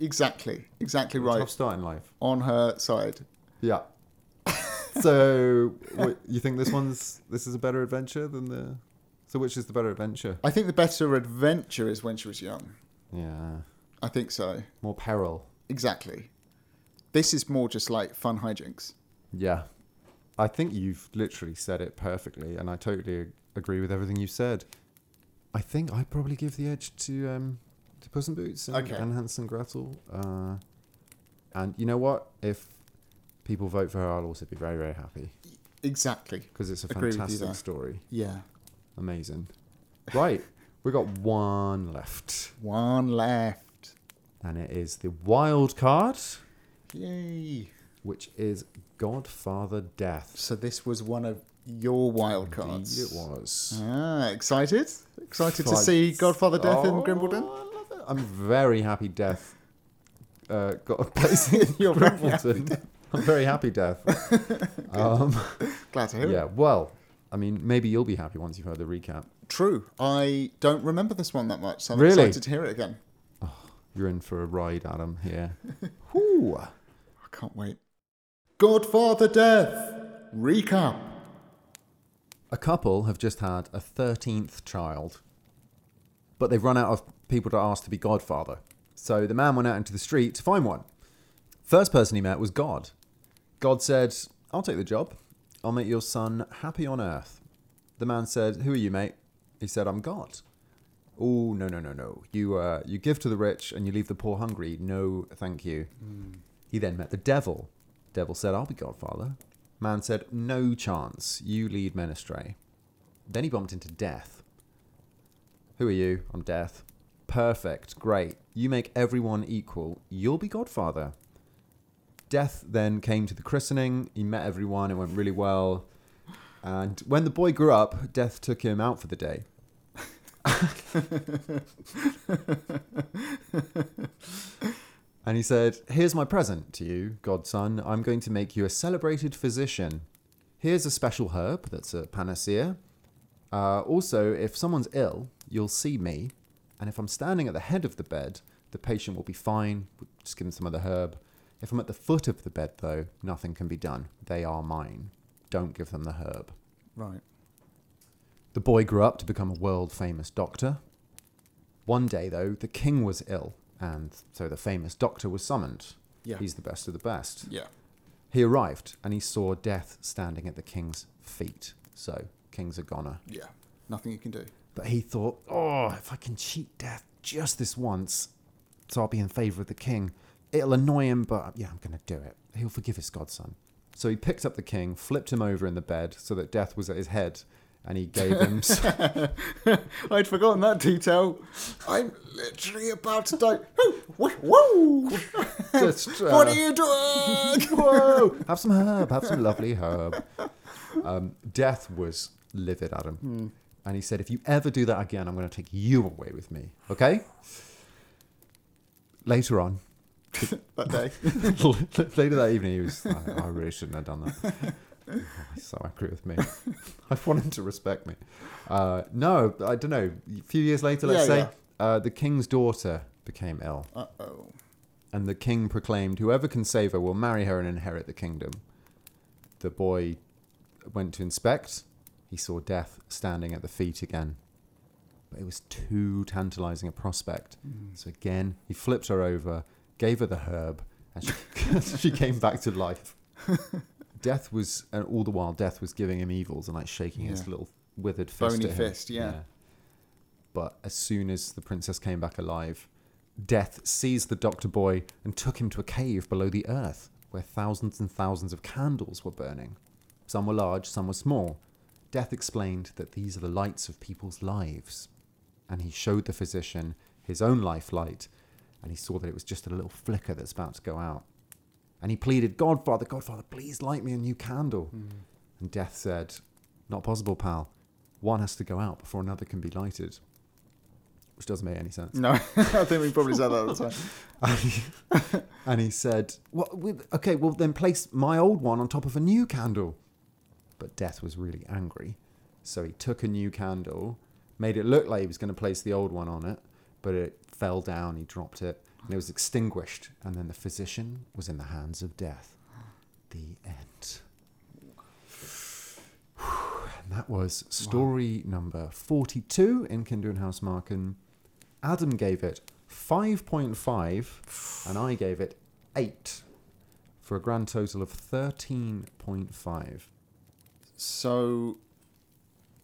Exactly, exactly
Tough
right.
start in life.
On her side.
Yeah. so what, you think this one's this is a better adventure than the? So which is the better adventure?
I think the better adventure is when she was young.
Yeah.
I think so.
More peril.
Exactly. This is more just like fun hijinks.
Yeah. I think you've literally said it perfectly, and I totally ag- agree with everything you said. I think I probably give the edge to um, to Puss in Boots and,
Okay.
and Hansel and Gretel. Uh, and you know what? If people vote for her, I'll also be very very happy
Exactly.
because it's a
Agree with you
fantastic
there.
story.
Yeah.
Amazing. Right, we got one left,
One left.
and it is the wild card,
Yay.
which is Godfather Death.
So this was one of your wild cards.
Indeed It was.
Ah, excited? Excited to
Like-
see Godfather Death in
Oh,
Grimbledon?
I love it. I'm very happy Death uh, got a place in
You're very
Grimbledon. I'm very happy Death. um,
Glad to hear it.
yeah, well, I mean, maybe you'll be happy once you've heard the recap.
True. I don't remember this one that much, so I'm
Really?
excited to hear it again.
You're in for a ride, Adam, here. Whew.
I can't wait. Godfather Death! Recap.
A couple have just had a 13th child, but they've run out of people to ask to be godfather. So the man went out into the street to find one. First person he met was God. God said, I'll take the job. I'll make your son happy on earth. The man said, Who are you, mate? He said, I'm God. Oh, no, no, no, no. You, uh, you give to the rich and you leave the poor hungry. No, thank you. He then met the devil. Devil said, I'll be Godfather. Man said, No chance. You lead men astray. Then he bumped into Death. Who are you? I'm Death. Perfect. Great. You make everyone equal. You'll be Godfather. Death then came to the christening. He met everyone. It went really well. And when the boy grew up, Death took him out for the day. And he said, Here's my present to you, godson. I'm going to make you a celebrated physician. Here's a special herb that's a panacea. Uh, also, if someone's ill, you'll see me. And if I'm standing at the head of the bed, the patient will be fine. We'll just give them some of the herb. If I'm at the foot of the bed, though, nothing can be done. They are mine. Don't give them the herb.
Right.
The boy grew up to become a world famous doctor. One day, though, the king was ill, and so the famous doctor was summoned.
Yeah.
He's the best of the best.
Yeah.
He arrived and he saw death standing at the king's feet. So, king's a goner.
Yeah. Nothing you can do.
But he thought, oh, if I can cheat death just this once, so I'll be in favor of the king. It'll annoy him, but yeah, I'm going to do it. He'll forgive his godson. So he picked up the king, flipped him over in the bed so that death was at his head, and he gave him. s-
I'd forgotten that detail. I'm literally about to die. Whoa! whoa.
Just,
what
uh,
are you doing?
Whoa! Have some herb. Have some lovely herb. Um, Death was livid at him,
Hmm.
and he said, "If you ever do that again, I'm going to take you away with me." Okay. Later on,
that day.
later that evening, he was. like, "Oh, I, really shouldn't have done that. Oh, he's so angry with me. I want him to respect me. Uh, no, I don't know. A few years later, let's
Yeah,
say,
yeah.
Uh, the king's daughter became ill.
Uh oh.
And the king proclaimed, Whoever can save her will marry her and inherit the kingdom. The boy went to inspect. He saw death standing at the feet again. But it was too tantalizing a prospect. So again, he flipped her over, gave her the herb, and she, she came back to life. death was, and all the while, death was giving him evils and like shaking his
Yeah.
little withered fist.
Bony
at him.
fist, yeah.
But as soon as the princess came back alive, Death seized the doctor boy and took him to a cave below the earth where thousands and thousands of candles were burning. Some were large, some were small. Death explained that these are the lights of people's lives. And he showed the physician his own life light, and he saw that it was just a little flicker that's about to go out. And he pleaded, Godfather, Godfather, please light me a new candle. And Death said, Not possible, pal. One has to go out before another can be lighted. Which doesn't make any sense.
No, I think we probably said that at the time.
And he, and he said, well, we, Okay, well, then place my old one on top of a new candle. But Death was really angry. So he took a new candle, made it look like he was going to place the old one on it, but it fell down. He dropped it, and it was extinguished. And then the physician was in the hands of Death. The end. And that was story number 42 in Kindle and House Marken. Adam gave it 5.5, and I gave it 8 for a grand total of 13.5.
So,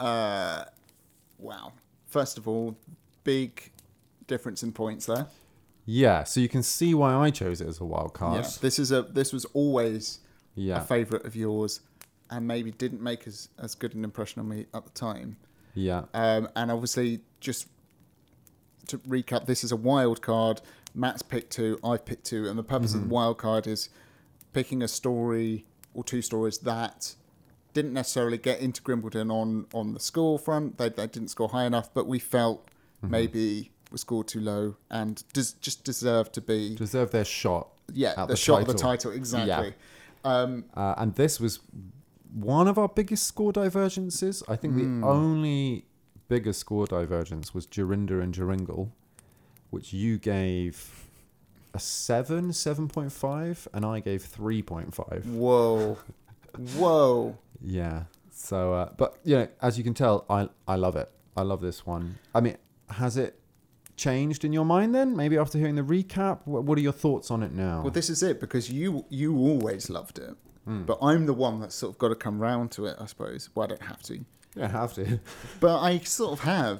uh, wow. First of all, big difference in points there.
Yeah, so you can see why I chose it as a wild card.
Yeah, this is a this was always
Yeah.
a favourite of yours, and maybe didn't make as as good an impression on me at the time.
Yeah.
Um, and obviously, just to recap, this is a wild card. Matt's picked two, I've picked two, and the purpose of the wild card is picking a story or two stories that didn't necessarily get into Grimbledon on on the score front. They, they didn't score high enough, but we felt maybe was scored too low and des- just deserved to be
Deserve their shot.
yeah
at
the, shot of the title exactly. Um,
Uh, and this was one of our biggest score divergences. I think the only bigger score divergence was Jorinda and Joringle, which you gave a 7, 7.5, and I gave 3.5.
whoa, whoa.
Yeah. So, uh, but, you know, as you can tell, I, I love it. I love this one. I mean, has it changed in your mind then? Maybe after hearing the recap? Wh- What are your thoughts on it now?
Well, this is it because you you always loved it, but I'm the one that's sort of got to come round to it, I suppose. Well, I don't have to,
you don't have to.
but I sort of have.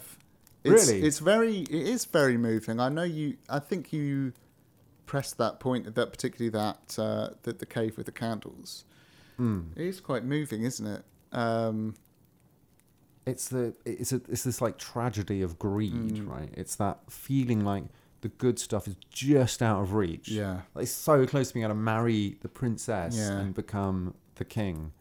It's,
Really?
it's very it is very moving. I know you. I think you pressed that point that particularly that uh, that the cave with the candles.
Hmm.
It is quite moving, isn't it? Um,
it's the it's a, it's this like tragedy of greed, right? It's that feeling like the good stuff is just out of reach.
Yeah.
like it's so close to being able to marry the princess
Yeah.
and become the king,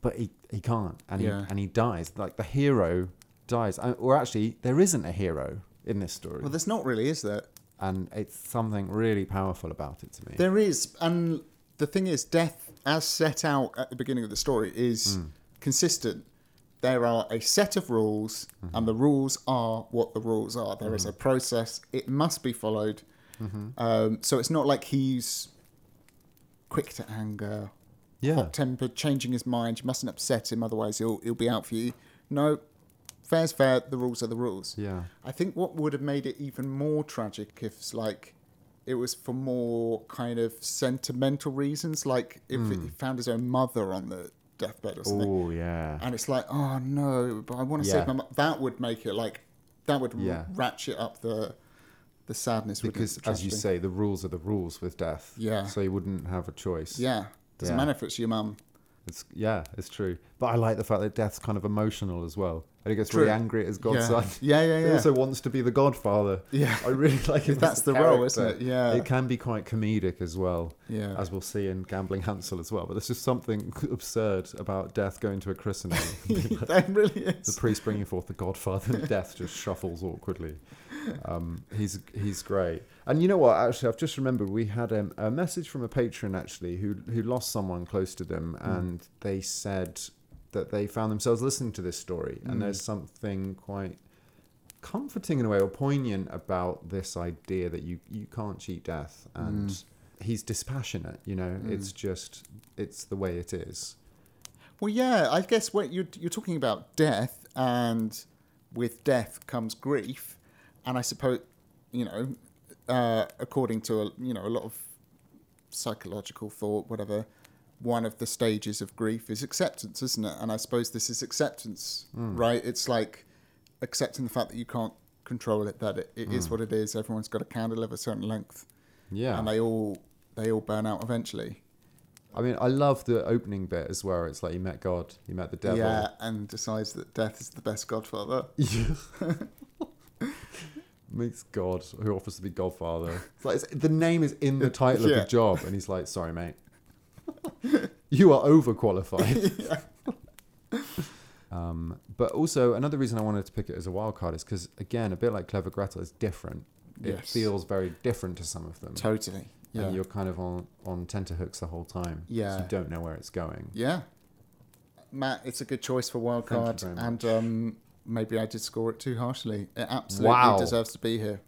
but he he can't, and
Yeah.
he and he dies. Like the hero dies, Uh, or actually, there isn't a hero in this story,
well, there's not really, is there?
and it's something really powerful about it to me.
There is, and the thing is, death, as set out at the beginning of the story, is consistent. There are a set of rules, and the rules are what the rules are. There is a process; it must be followed. Um, so it's not like he's quick to anger,
Yeah.
hot tempered, changing his mind. You mustn't upset him, otherwise he'll he'll be out for you. No, fair's fair. The rules are the rules.
Yeah.
I think what would have made it even more tragic if it's like it was for more kind of sentimental reasons, like if
Hmm.
he found his own mother on the deathbed or something,
Oh yeah,
and it's like, oh no, but I want to
Yeah.
save my mum. That would make it like that would r-
Yeah.
ratchet up the the sadness wouldn't it,
because
the
as you
tragedy?
say, the rules are the rules with death.
Yeah.
so you wouldn't have a choice.
yeah, Doesn't
Yeah.
matter if it's your mum.
It's yeah, it's true. But I like the fact that Death's kind of emotional as well, and he gets really
True.
angry at his
yeah.
godson.
Yeah, yeah,
He
yeah.
also wants to be the godfather.
yeah.
I really like him. as
That's the role, isn't
character.
it? Yeah.
It can be quite comedic as well,
yeah.
as we'll see in Gambling Hansel as well. But there's just something absurd about Death going to a christening.
that really
the
is.
priest bringing forth the godfather and death just shuffles awkwardly um, he's he's great and you know what actually i've just remembered we had um, a message from a patron actually who who lost someone close to them and they said that they found themselves listening to this story and there's something quite comforting in a way or poignant about this idea that you you can't cheat death and he's dispassionate you know it's just it's the way it is
Well, yeah, I guess what you're, you're talking about death, and with death comes grief, and I suppose you know, uh, according to a, you know a lot of psychological thought, whatever, one of the stages of grief is acceptance, isn't it? And I suppose this is acceptance,
Hmm.
right? It's like accepting the fact that you can't control it, that it, it is what it is. Everyone's got a candle of a certain length,
Hmm. yeah
and they all they all burn out eventually.
I mean, I love the opening bit as well. It's like you met God, you met the devil.
Yeah, and decides that death is the best godfather.
Meets God, who offers to be Godfather. It's like it's, the name is in the title of
Yeah.
the job, and he's like, "Sorry, mate, you are overqualified." um, but also another reason I wanted to pick it as a wild card is because, again, a bit like Clever Gretel, it's different. It
Yes.
feels very different to some of them,
Totally. Yeah.
and you're kind of on on tenterhooks the whole time. so
Yeah.
you don't know where it's going.
yeah. Matt, it's a good choice for wild
Thank you
card,
very
and um, maybe I did score it too harshly. It absolutely
Wow.
deserves to be here.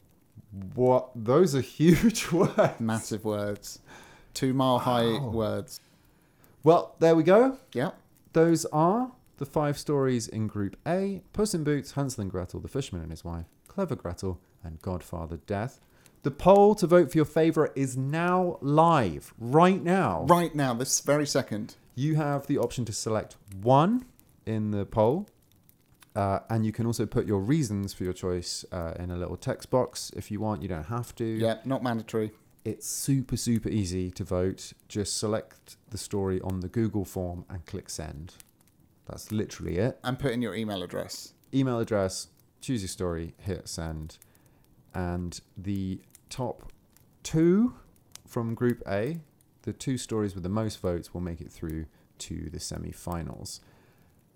What? Those are huge words.
Massive words, two mile high
Wow.
words.
Well, there we go.
Yeah.
Those are the five stories in Group A Puss in Boots, Hansel and Gretel, The Fishman and His Wife, Clever Gretel, and Godfather Death. The poll to vote for your favourite is now live, right now.
Right now, this very second.
You have the option to select one in the poll, uh, and you can also put your reasons for your choice uh, in a little text box if you want. You don't have to.
Yeah, not mandatory.
It's super, super easy to vote. Just select the story on the Google form and click send. That's literally it.
And put in your email address.
email address, choose your story, hit send, and the top two from Group A, the two stories with the most votes will make it through to the semi-finals.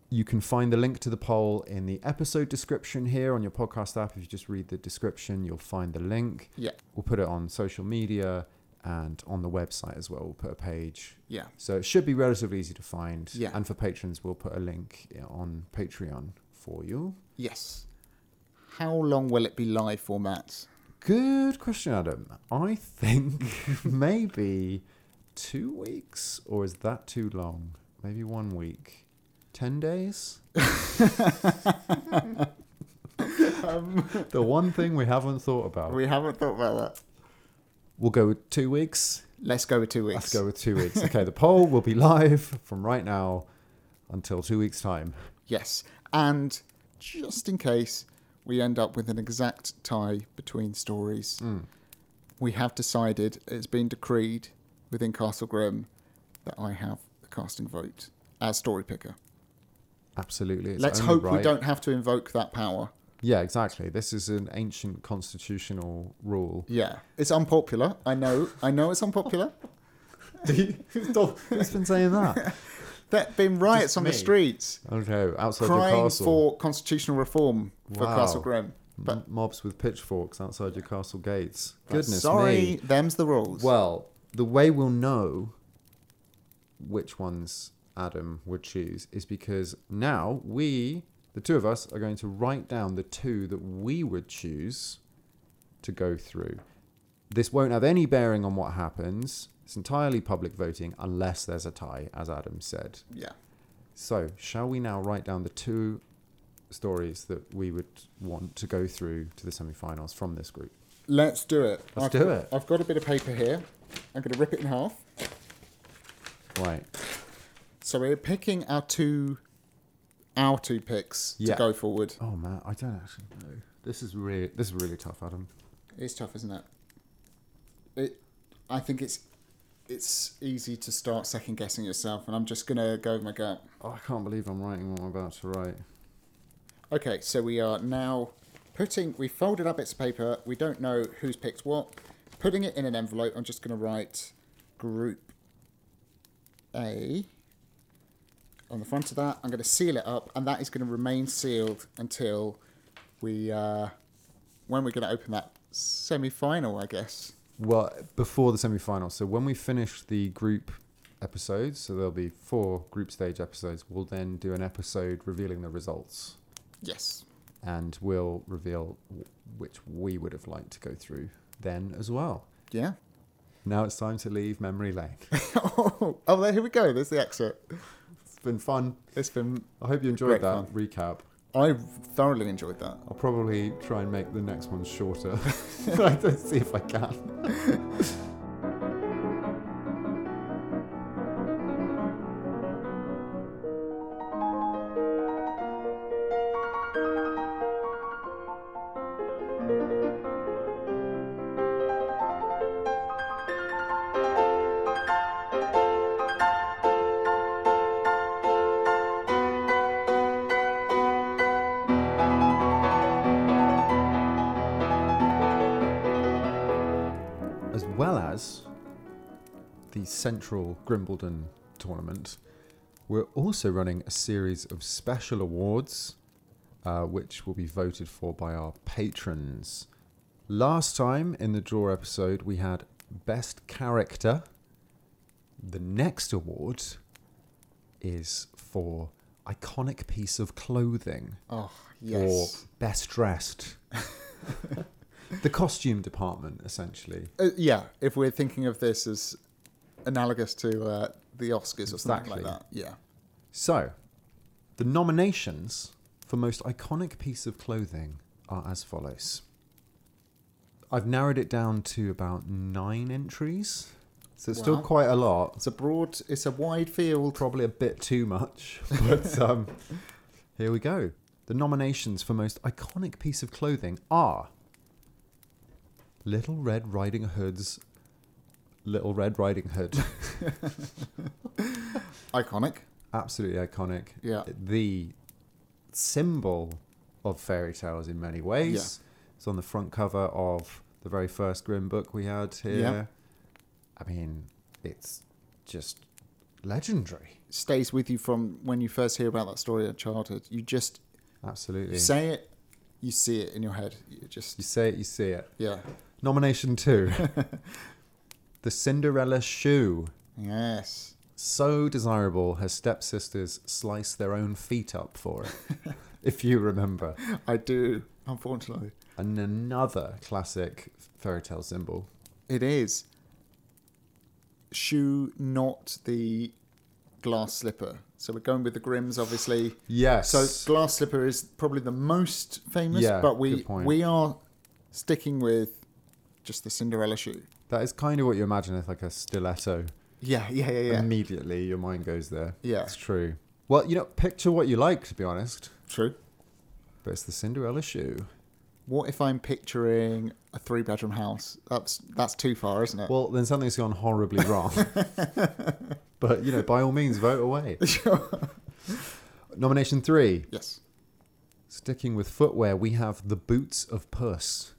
You can find the link to the poll in the episode description here on your podcast app. If you just read the description, you'll find the link.
Yeah.
We'll put it on social media and on the website as well. We'll put a page
Yeah.
so it should be relatively easy to find.
Yeah.
And for patrons, we'll put a link on Patreon for you.
Yes. How long will it be live for, Matt?
Good question, Adam. I think maybe two weeks, or is that too long? Maybe one week. Ten days? the one thing we haven't thought about.
We haven't thought about that.
We'll go with two weeks.
Let's go with two weeks.
Let's go with two weeks. Okay, the poll will be live from right now until two weeks' time.
Yes. And just in case we end up with an exact tie between stories,
Hmm.
we have decided, it's been decreed within Castle Grim, that I have the casting vote as story picker.
Absolutely. it's
Let's
only
hope we
right.
don't have to invoke that power.
Yeah, exactly. This is an ancient constitutional rule.
Yeah. It's unpopular. I know. I know it's unpopular.
Who's been saying that?
There have been riots on the
me.
streets
Okay, outside your
crying
castle.
for constitutional reform for
Wow.
Castle Grim. But
M- mobs with pitchforks outside your castle gates.
but
Goodness
sorry,
me.
them's the rules.
Well, the way we'll know which ones Adam would choose is because now we, the two of us, are going to write down the two that we would choose to go through. This won't have any bearing on what happens. It's entirely public voting unless there's a tie, as Adam said.
yeah.
So, shall we now write down the two stories that we would want to go through to the semi finals from this group?
Let's do it.
Let's
I've
do
got-
it.
I've got a bit of paper here. I'm going to rip it in half.
Right.
So we're picking our two, our two picks
Yeah.
to go forward.
Oh man, I don't actually know. This is really this is really tough, Adam.
It's tough, isn't it? It, I think it's it's easy to start second guessing yourself, and I'm just gonna go with my gut.
Oh, I can't believe I'm writing what I'm about to write.
Okay, so we are now putting. We folded up bits of paper. We don't know who's picked what. Putting it in an envelope. I'm just gonna write group A on the front of that. I'm gonna seal it up, and that is gonna remain sealed until we uh, when we're gonna open that semi-final, I guess.
Well, before the semi final. So when we finish the group episodes, so there'll be four group stage episodes, we'll then do an episode revealing the results
Yes.
and we'll reveal w- which we would have liked to go through then as well.
Yeah.
Now it's time to leave memory lane.
oh, there, here we go. There's the exit.
it's been fun.
It's been.
I hope you enjoyed
Great
that
fun.
recap.
I thoroughly enjoyed that.
I'll probably try and make the next one shorter. I don't see if I can. as well as the central Grimbledon tournament, we're also running a series of special awards, uh, which will be voted for by our patrons. Last time in the draw episode, we had Best Character. The next award is for Iconic Piece of Clothing
Oh,
or
yes.
Best Dressed. the costume department, essentially.
Uh, yeah, if we're thinking of this as analogous to uh, the Oscars or something
Exactly.
like that. Yeah.
So, the nominations for most iconic piece of clothing are as follows. I've narrowed it down to about nine entries, so it's still
Wow.
quite a lot.
It's a broad, it's a wide field.
Probably a bit too much, but um, here we go. The nominations for most iconic piece of clothing are Little Red Riding Hood's Little Red Riding Hood.
Iconic.
absolutely iconic.
Yeah.
The symbol of fairy tales in many ways. It's on the front cover of the very first Grimm book we had here.
Yeah.
I mean, it's just legendary.
Stays with you from when you first hear about that story at childhood. You just
Absolutely.
say it, you see it in your head. You
you
just,
say it, you see it.
yeah.
Nomination two The Cinderella Shoe.
Yes.
So desirable, her stepsisters slice their own feet up for it, if you remember.
I do, unfortunately.
And another classic fairy tale symbol.
It is. Shoe, not the glass slipper. So we're going with the Grims, obviously.
Yes.
So glass slipper is probably the most famous,
Yeah,
but we
good point.
we are sticking with just the Cinderella shoe.
that is kind of what you imagine as like a stiletto.
Yeah, yeah, yeah, yeah.
Immediately your mind goes there.
Yeah.
It's true. Well, you know, picture what you like, to be honest.
True.
But it's the Cinderella shoe.
What if I'm picturing a three bedroom house? That's that's too far, isn't it?
Well, then something's gone horribly wrong. but, you know, by all means, vote away. Nomination three.
yes.
Sticking with footwear, we have the boots of Puss.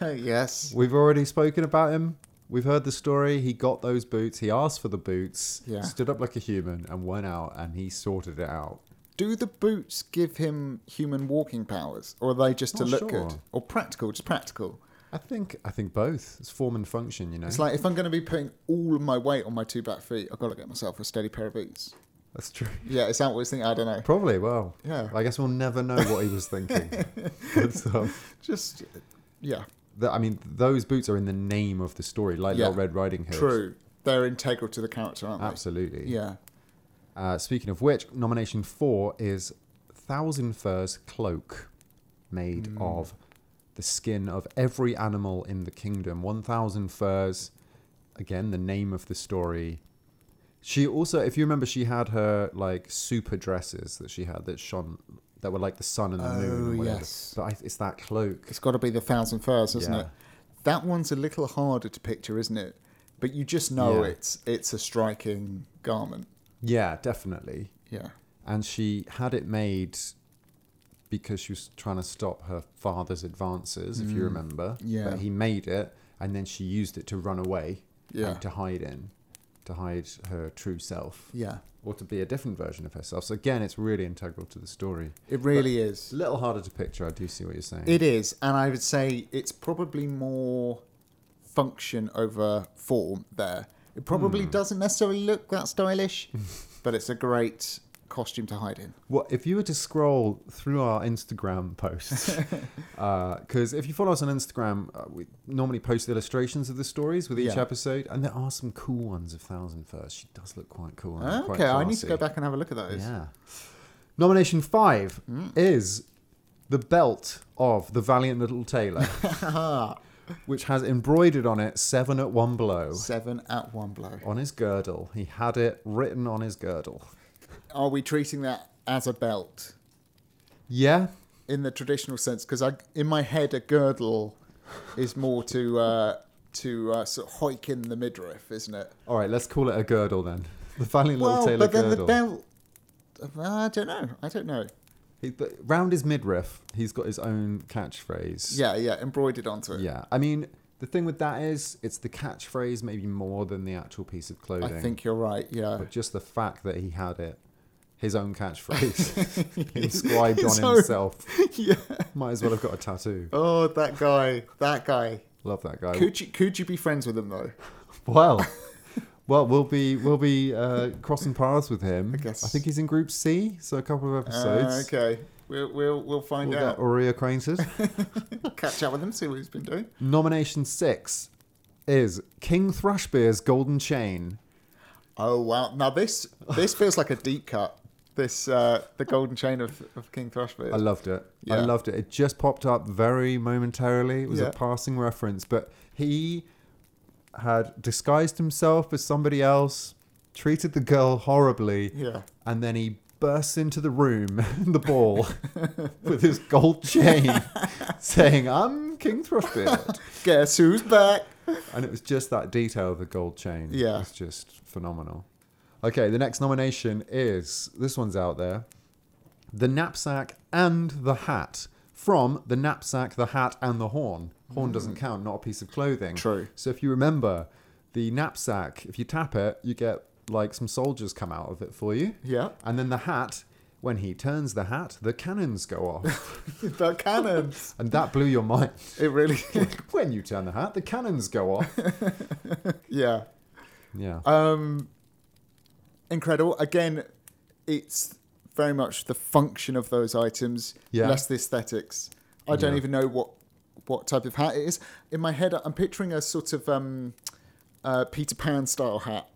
yes.
We've already spoken about him. We've heard the story. He got those boots. He asked for the boots,
Yeah.
stood up like a human, and went out and he sorted it out.
Do the boots give him human walking powers, or are they just to
Not
look
sure.
good, or practical? Just practical.
I think I think both. It's form and function, you know.
It's like if I'm going to be putting all of my weight on my two back feet, I've got to get myself a steady pair of boots.
That's true.
Yeah, is that what he's thinking? I don't know.
Probably. Well,
Yeah.
I guess we'll never know what he was thinking. but, um,
Just, yeah.
th- I mean, those boots are in the name of the story, like
Yeah.
Little Red Riding Hood.
True. They're integral to the character, aren't they?
Absolutely.
Yeah.
Uh, speaking of which, nomination four is Thousand Furs Cloak, made
Hmm.
of the skin of every animal in the kingdom. 1,000 furs, again, the name of the story. She also, if you remember, she had her like super dresses that she had that shone, that were like the sun and the moon.
Oh,
Or whatever.
yes.
But I, it's that cloak.
It's got to be the thousand first, isn't
Yeah.
it? That one's a little harder to picture, isn't it? but you just know
Yeah.
it's it's a striking garment.
Yeah, definitely.
Yeah.
And she had it made because she was trying to stop her father's advances, if you remember.
Mm. Yeah.
But he made it, and then she used it to run away,
Yeah.
and to hide in, to hide her true self,
Yeah.
or to be a different version of herself. So again, it's really integral to the story.
It really
It's
is.
a little harder to picture. I do see what you're saying.
It is, and I would say it's probably more function over form there. It
Hmm.
probably doesn't necessarily look that stylish, but it's a great costume to hide in.
Well, if you were to scroll through our Instagram posts, because if you follow us on Instagram, uh, we normally post illustrations of the stories with each
Yeah.
episode, and there are some cool ones of Thousand First. She does look quite cool. and quite
okay, I need to
classy.
go back and have a look at those. Mm.
Yeah. Nomination five is the belt of the valiant little tailor, which has embroidered on it seven at one blow.
Seven at one blow.
On his girdle, he had it written on his girdle.
Are we treating that as a belt
Yeah,
in the traditional sense? Because I, in my head, a girdle is more to uh, to uh, sort of hoik in the midriff, isn't it?
All right, let's call it a girdle then. The Valiant Little
Well,
Tailor
but then
girdle.
the belt. I don't know. I don't know.
He- but round his midriff, he's got his own catchphrase.
Yeah, yeah, embroidered onto it.
Yeah. I mean, the thing with that is, it's the catchphrase maybe more than the actual piece of
I
clothing.
think you're right. Yeah.
But just the fact that he had it, his own catchphrase, inscribed
His
on
own-
himself.
yeah.
Might as well have got a tattoo.
Oh, that guy. That guy.
Love that guy.
Could you could you be friends with him though?
Well, well, we'll be we'll be uh, crossing paths with him. I
guess.
I think he's in Group C, so a couple of
Uh,
episodes.
okay. We'll we'll we'll find
We'll get
out.
reacquainted.
Catch up with him. See what he's been doing.
Nomination six is King Thrashbeer's Golden Chain.
Oh wow! Now this this feels like a deep cut. This uh, the golden chain of, of King
I
Thrashbeard.
loved it. I
Yeah.
loved it. It just popped up very momentarily. It was
Yeah.
a passing reference, but he had disguised himself as somebody else, treated the girl horribly,
Yeah.
and then he bursts into the room, the ball, with his gold chain, saying, I'm King Thrashbeard.
Guess who's back?
And it was just that detail of the gold chain.
Yeah.
It was just phenomenal. Okay, the next nomination is this one's out there The Knapsack and the Hat from The Knapsack, the Hat, and the Horn. Horn doesn't count, not a piece of clothing.
Mm. True.
So if you remember, the knapsack, if you tap it, you get like some soldiers come out of it for you.
Yeah.
And then the hat, when he turns the hat, the cannons go off.
the cannons.
and that blew your mind.
It really.
when you turn the hat, the cannons go off.
yeah.
Yeah.
Um, incredible. Again, it's very much the function of those items,
Yeah.
less the aesthetics. I don't
Yeah.
even know what what type of hat it is. In my head, I'm picturing a sort of um, uh, Peter Pan style hat.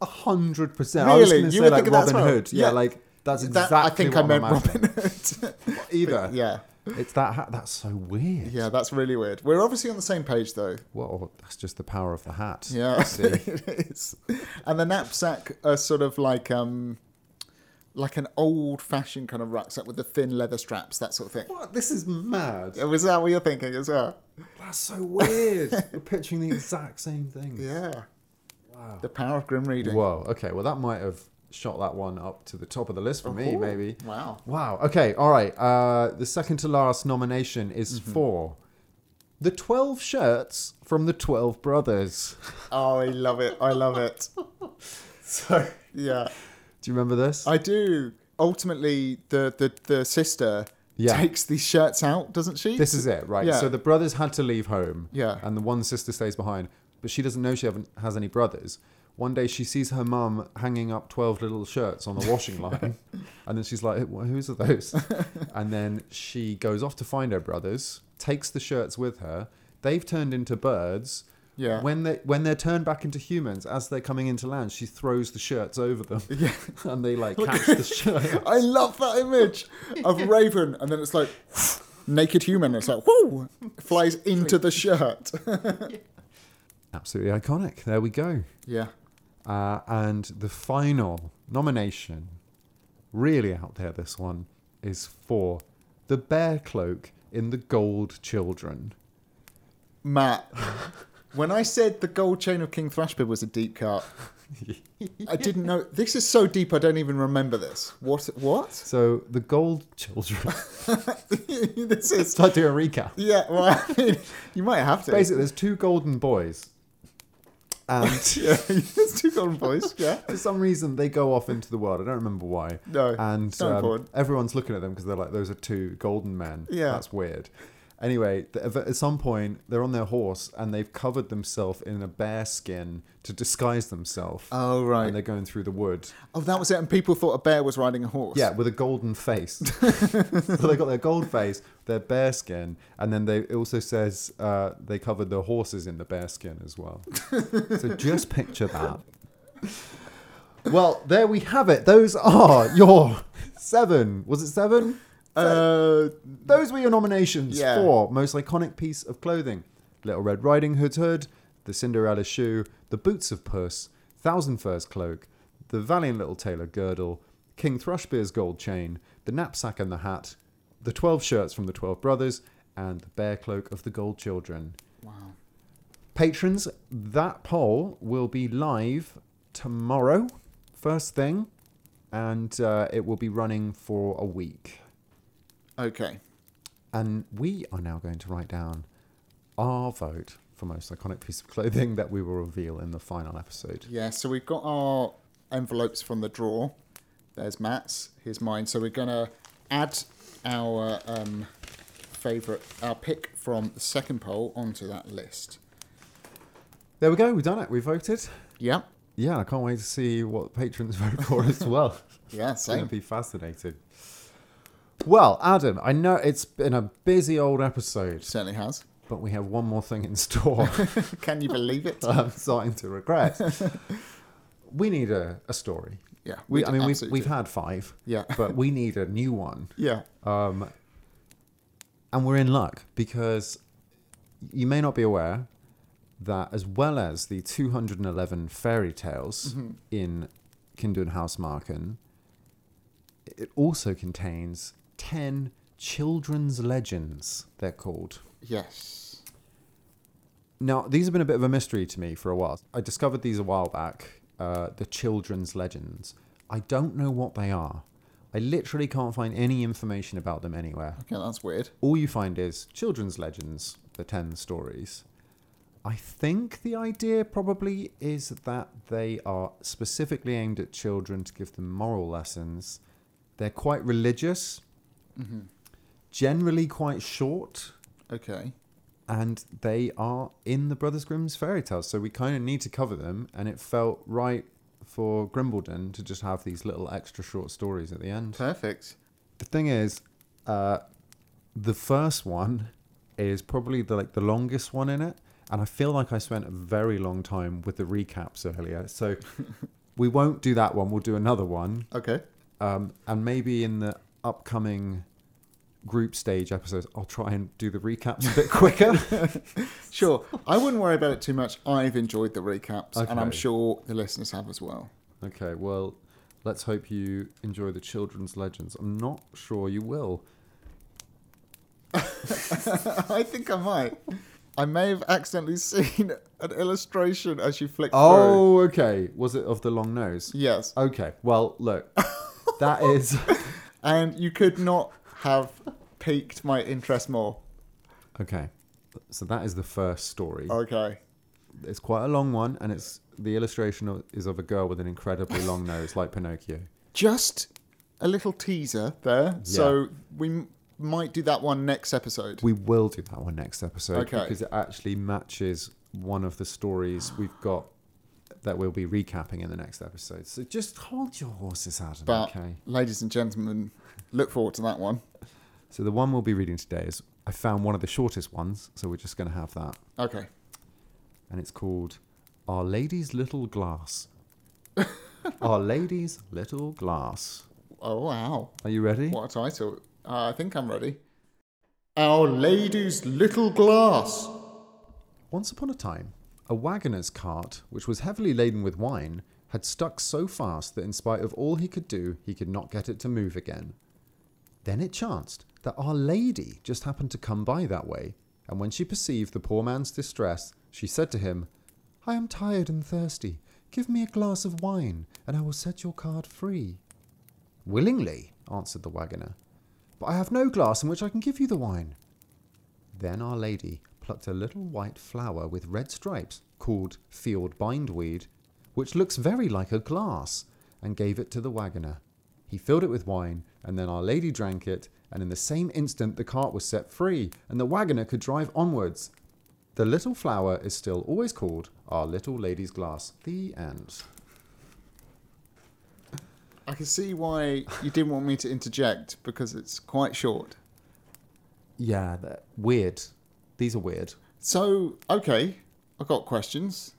A hundred percent. I was
Really?
going to
You
say
would
like
think of that
Robin
as well?
Hood. Yeah,
Yeah.
like that's
That-
exactly.
I think
what
I meant
I'm imagining.
Robin Hood.
Either.
yeah,
It's that hat. That's so weird.
yeah, that's really weird. We're obviously on the same page though.
Well, that's just the power of the hat.
Yeah,
See?
it is. And the knapsack are sort of like um, like an old-fashioned kind of rucksack with the thin leather straps, that sort of thing.
What? This is mad.
Was that what you're thinking as well?
That's so weird. We're picturing the exact same thing.
Yeah.
Wow.
The power of grim reading.
Whoa. Okay. Well, that might have shot that one up to the top of the list for me,
Ooh,
maybe.
Wow.
Wow. Okay. All right. Uh, the second to last nomination is
Mm-hmm.
for the twelve shirts from the Twelve Brothers.
Oh, I love it. I love it.
So,
Yeah.
do you remember this?
I do. Ultimately, the the, the sister
Yeah.
takes these shirts out, doesn't she?
This is it, right?
Yeah.
So the brothers had to leave home.
Yeah.
And the one sister stays behind, but she doesn't know she haven't, has any brothers. One day she sees her mum hanging up 12 little shirts on the washing line. and then she's like, "Wh- whose are those? and then she goes off to find her brothers, takes the shirts with her. They've turned into birds.
Yeah.
When they when they're turned back into humans, as they're coming into land, she throws the shirts over them. Yeah. and they like catch the shirt.
I love that image of Raven, and then it's like naked human. It's like whoo, flies into the shirt.
Absolutely iconic. There we go.
yeah.
Uh, and the final nomination, really out there, this one, is for The Bear Cloak in the Gold Children.
Matt, When I said the gold chain of King Thrashbid was a deep cut, I didn't know. This is so deep, I don't even remember this. What? What?
So the gold children.
this is.
Let's do a recap.
Yeah, well, I mean, you might have to.
Basically, there's two golden boys, and
Yeah, there's two golden boys. Yeah.
for some reason they go off into the world. I don't remember why.
No,
and
not
um,
important.
everyone's looking at them because they're like, "Those are two golden men."
Yeah.
that's weird. Anyway, th- ev- at some point they're on their horse and they've covered themselves in a bear skin to disguise themselves.
Oh, right.
And they're going through the wood.
Oh, that was it. And people thought a bear was riding a horse.
Yeah, with a golden face. so they got their gold face, their bear skin, and then they it also says uh, they covered their horses in the bear skin as well. so just picture that. Well, there we have it. Those are your seven. Was it seven?
Uh,
Those were your nominations
Yeah.
for most iconic piece of clothing: Little Red Riding Hood's hood, the Cinderella shoe, the boots of Puss, Thousand Furs cloak, the valiant little tailor girdle, King Thrushbeard's gold chain, the knapsack and the hat, the twelve shirts from the Twelve Brothers, and the bear cloak of the Gold Children.
wow.
Patrons, that poll will be live tomorrow, first thing, and uh, it will be running for a week.
Okay.
And we are now going to write down our vote for most iconic piece of clothing that we will reveal in the final episode.
Yeah, so we've got our envelopes from the drawer. There's Matt's. Here's mine. So we're gonna add our um, favorite, our pick from the second poll onto that list.
There we go, we've done it, we voted.
Yep.
Yeah, I can't wait to see what patrons vote for as well.
Yeah.
It's going to
Same.
be fascinating. Well, Adam, I know it's been a busy old episode,
Certainly has.
but we have one more thing in store
Can you believe it?
that I'm starting to regret. We need a, a story.
Yeah.
We, I mean, we've,
absolutely
we've had five,
Yeah.
but we need a new one.
do. Yeah.
Um, and we're in luck because you may not be aware that, as well as the 211 fairy tales in Kindunhausmarken, it also contains 10 children's legends, they're called.
Yes.
Now, these have been a bit of a mystery to me for a while. I discovered these a while back, uh, the children's legends. I don't know what they are. I literally can't find any information about them anywhere
Okay, that's weird.
all you find is children's legends, the 10 stories. I think the idea probably is that they are specifically aimed at children to give them moral lessons. They're quite religious,
Mm-hmm.
generally quite short,
Okay.
and they are in the Brothers Grimm's fairy tales. So we kind of need to cover them, and it felt right for Grimbledon to just have these little extra short stories at the end.
Perfect.
The thing is, uh, the first one is probably the like the longest one in it, and I feel like I spent a very long time with the recaps earlier. So we won't do that one. We'll do another one,
Okay.
um, and maybe in the upcoming group stage episodes, I'll try and do the recaps a bit quicker.
Sure. I wouldn't worry about it too much. I've enjoyed the recaps, and I'm
Okay.
sure the listeners have as well.
okay, well, let's hope you enjoy the children's legends. I'm not sure you will.
I think I might. I may have accidentally seen an illustration as you flick
Oh, okay. Was it of the long nose?
through. Yes.
Okay. Well, look, that is.
And you could not have piqued my interest more.
Okay. So that is the first story.
Okay.
It's quite a long one, and it's the illustration of- is of a girl with an incredibly long nose, like Pinocchio.
Just a little teaser there. So we m- might do that one next episode.
We will do that one next episode
Okay.
because it actually matches one of the stories we've got that we'll be recapping in the next episode. So just hold your horses, Adam.
but,
okay.
ladies and gentlemen, look forward to that one.
So the one we'll be reading today is I found one of the shortest ones, so we're just going to have that,
Okay.
and it's called "Our Lady's Little Glass." Our Lady's Little Glass.
Oh, wow.
Are you ready?
What a title. Uh, I think I'm ready. Our Lady's Little Glass.
Once upon a time, a waggoner's cart, which was heavily laden with wine, had stuck so fast that in spite of all he could do, he could not get it to move again. Then it chanced that Our Lady just happened to come by that way, and when she perceived the poor man's distress, She said to him, I am tired and thirsty. Give me a glass of wine, and I will set your card free. Willingly, answered the wagoner, but I have no glass in which I can give you the wine. Then Our Lady plucked a little white flower with red stripes, called field bindweed, which looks very like a glass, and gave it to the wagoner. He filled it with wine, and then Our Lady drank it, and in the same instant the cart was set free, and the wagoner could drive onwards. The little flower is still always called Our Little Lady's Glass. The end.
I can see why you didn't want me to interject because it's quite short.
Yeah, that, weird. These are weird.
So, okay, I got questions.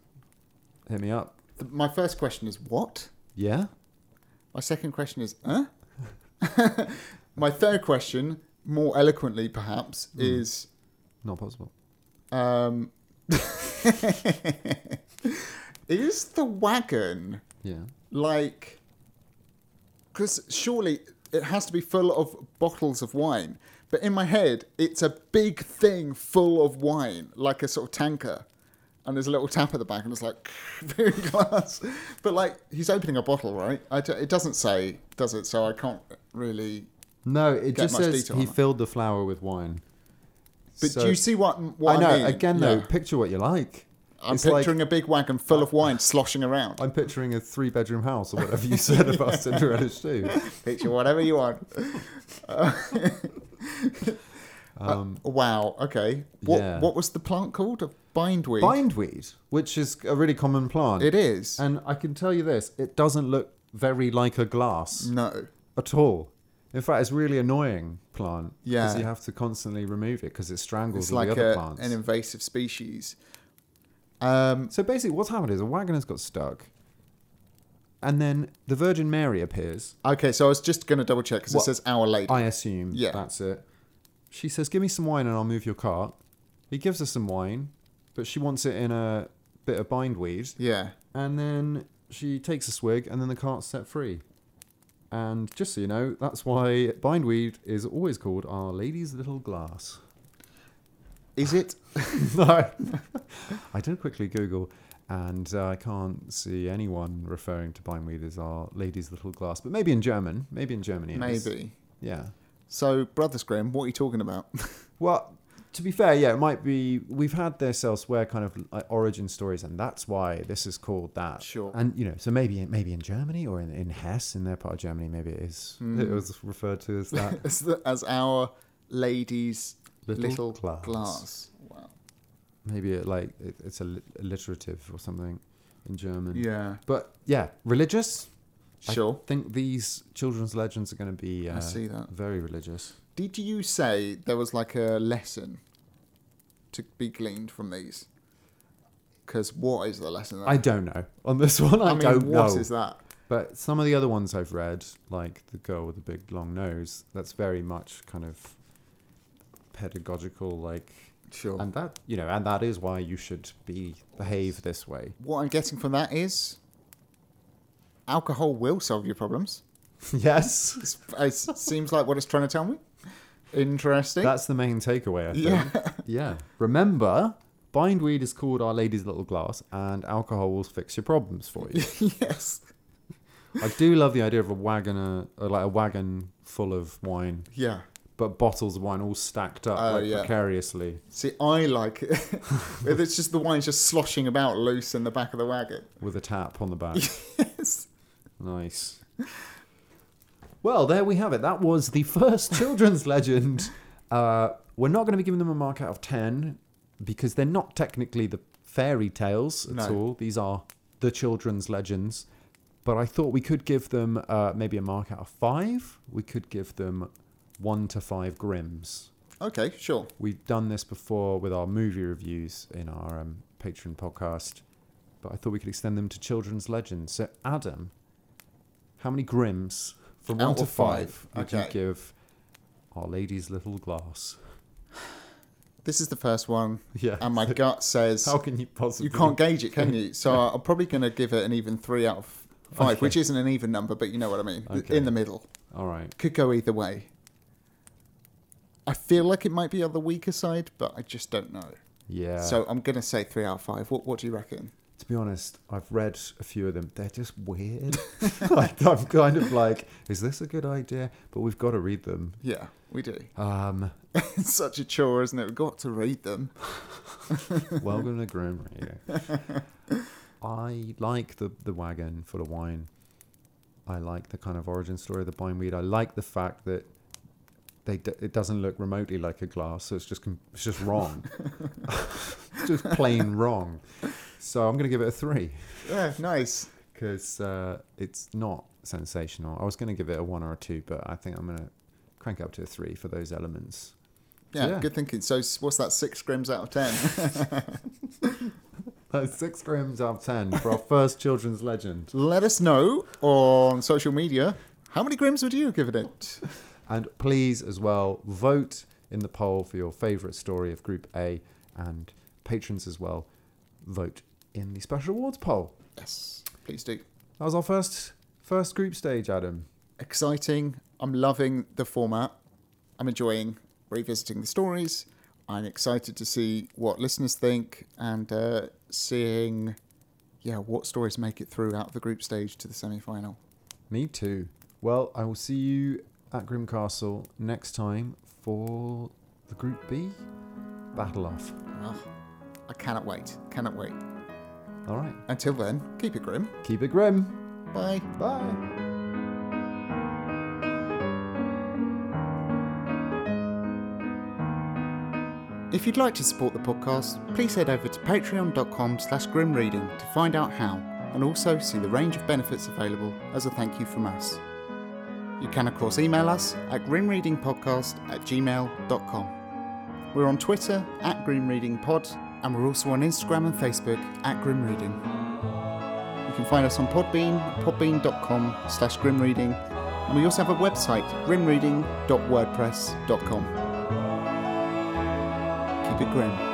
Hit me up.
The, my first question is what?
Yeah?
My second question is, huh? my third question, more eloquently perhaps, is
Not possible.
um, is the wagon
Yeah.
like because surely it has to be full of bottles of wine but in my head it's a big thing full of wine like a sort of tanker and there's a little tap at the back and it's like very glass but like he's opening a bottle right I d- it doesn't say does it so i can't really
No, it
Get
just
much
says
detail
he
on it.
filled the flower with wine.
but
So-
do you see what, what
I know.
mean?
Again, though,
Yeah.
picture what you like.
i'm
It's
picturing
like,
a big wagon full of wine sloshing around
I'm picturing a three-bedroom house or whatever you said about Cinderella too.
picture whatever you want Uh, uh, wow okay what,
Um, yeah.
what was the plant called a bindweed
Bindweed, which is a really common plant,
It is.
and I can tell you this: it doesn't look very like a glass
no.
at all. In fact, it's really annoying plant because
Yeah.
you have to constantly remove it because it strangles
It's
all
like
the other
a,
plants.
an invasive species. Um,
So basically, what's happened is a wagoner's got stuck, and then the Virgin Mary appears.
okay, so I was just going to double check because it
What-
says Our Lady.
I assume
Yeah.
that's it. She says, Give me some wine and I'll move your cart. He gives her some wine, but she wants it in a bit of bindweed.
yeah.
And then she takes a swig and then the cart's set free. And just so you know, that's why bindweed is always called Our Lady's Little Glass.
Is it?
no. I did quickly Google and uh, I can't see anyone referring to bindweed as Our Lady's Little Glass, but maybe in German. Maybe in Germany. it is.
Maybe.
Yeah.
So, Brothers Grimm, what are you talking about?
Well, to be fair, yeah, it might be. We've had this elsewhere, kind of like origin stories, and that's why this is called that.
Sure.
And you know, so maybe maybe in Germany or in, in Hesse, in their part of Germany, maybe it is.
Hmm.
It was referred to as that.
as, the, as Our Lady's
Little
Little,
glass.
glass. Wow.
maybe it, like it, it's a lit- alliterative or something in German.
Yeah.
But yeah, religious.
Sure.
I think these children's legends are going to be. Uh,
I see that.
Very religious.
Did you say there was like a lesson to be gleaned from these? Because what is the lesson? then?
I don't know on this one. I,
I mean,
don't know.
what is that?
But some of the other ones I've read, like The Girl with the Big Long Nose, that's very much kind of pedagogical, like,
Sure.
and that, you know, and that is why you should be behave this way.
What I'm getting from that is alcohol will solve your problems.
yes.
It's, it seems like what it's trying to tell me. Interesting.
That's the main takeaway, I think.
yeah.
Yeah. Remember, bindweed is called Our Lady's Little Glass, and alcohol will fix your problems for you.
yes.
I do love the idea of a wagoner, or like a wagon full of wine,
Yeah.
but bottles of wine all stacked up
Oh,
like,
yeah.
precariously.
See, I like it. if it's just the wine's just sloshing about loose in the back of the wagon.
with a tap on the back. yes. Nice. Well, there we have it. That was the first children's legend. Uh, we're not going to be giving them a mark out of 10 because they're not technically the fairy tales at
No.
all. These are the children's legends. But I thought we could give them uh, maybe a mark out of 5. We could give them 1 to 5 Grims.
Okay, sure.
We've done this before with our movie reviews in our um, Patreon podcast, but I thought we could extend them to children's legends. So, Adam, how many Grims from
Out
one to
of five,
five would you
okay.
give Our Lady's Little Glass?
This is the first one,
Yeah.
and my gut says
how can you possibly?
Um, you can't gauge it, can you? So I'm probably going to give it an even three out of five,
Okay.
which isn't an even number, but you know what I mean.
Okay.
In the middle.
All right.
Could go either way. I feel like it might be on the weaker side, but I just don't know.
Yeah.
So I'm going to say three out of five. What, what do you reckon?
to be honest, I've read a few of them. They're just weird. like, I'm kind of like, is this a good idea? But we've got to read them.
Yeah, we do.
Um,
it's such a chore, isn't it? We've got to read them.
welcome to Grim Radio. I like the the wagon full of wine. I like the kind of origin story of the bindweed. I like the fact that they d- it doesn't look remotely like a glass, so it's just com- it's just wrong, it's just plain wrong. So I'm gonna give it a three.
Yeah, nice.
because uh, it's not sensational. I was going to give it a one or a two, but I think I'm going to crank up to a three for those elements.
Yeah,
Yeah.
good thinking. So s- what's that? Six scrims out of ten.
Uh, six grams out of ten for our first children's legend.
Let us know on social media how many grims would you have given it?
And please, as well, vote in the poll for your favourite story of Group A, and patrons as well, vote in the special awards poll.
Yes, please do.
That was our first first group stage, Adam.
Exciting. I'm loving the format. I'm enjoying revisiting the stories. I'm excited to see what listeners think and uh, seeing, yeah, what stories make it through out of the group stage to the semi final.
Me too. Well, I will see you at Grim Castle next time for the Group B battle off.
I cannot wait. Cannot wait.
All right.
Until then, keep it grim.
Keep it grim.
Bye.
Bye.
If you'd like to support the podcast, please head over to patreon.com slash grimreading to find out how, and also see the range of benefits available as a thank you from us. You can of course email us at grimreadingpodcast at gmail.com. We're on Twitter at grimreadingpod, and we're also on Instagram and Facebook at grimreading. You can find us on Podbean, podbean.com slash grimreading, and we also have a website, grimreading.wordpress.com. Keep it grim.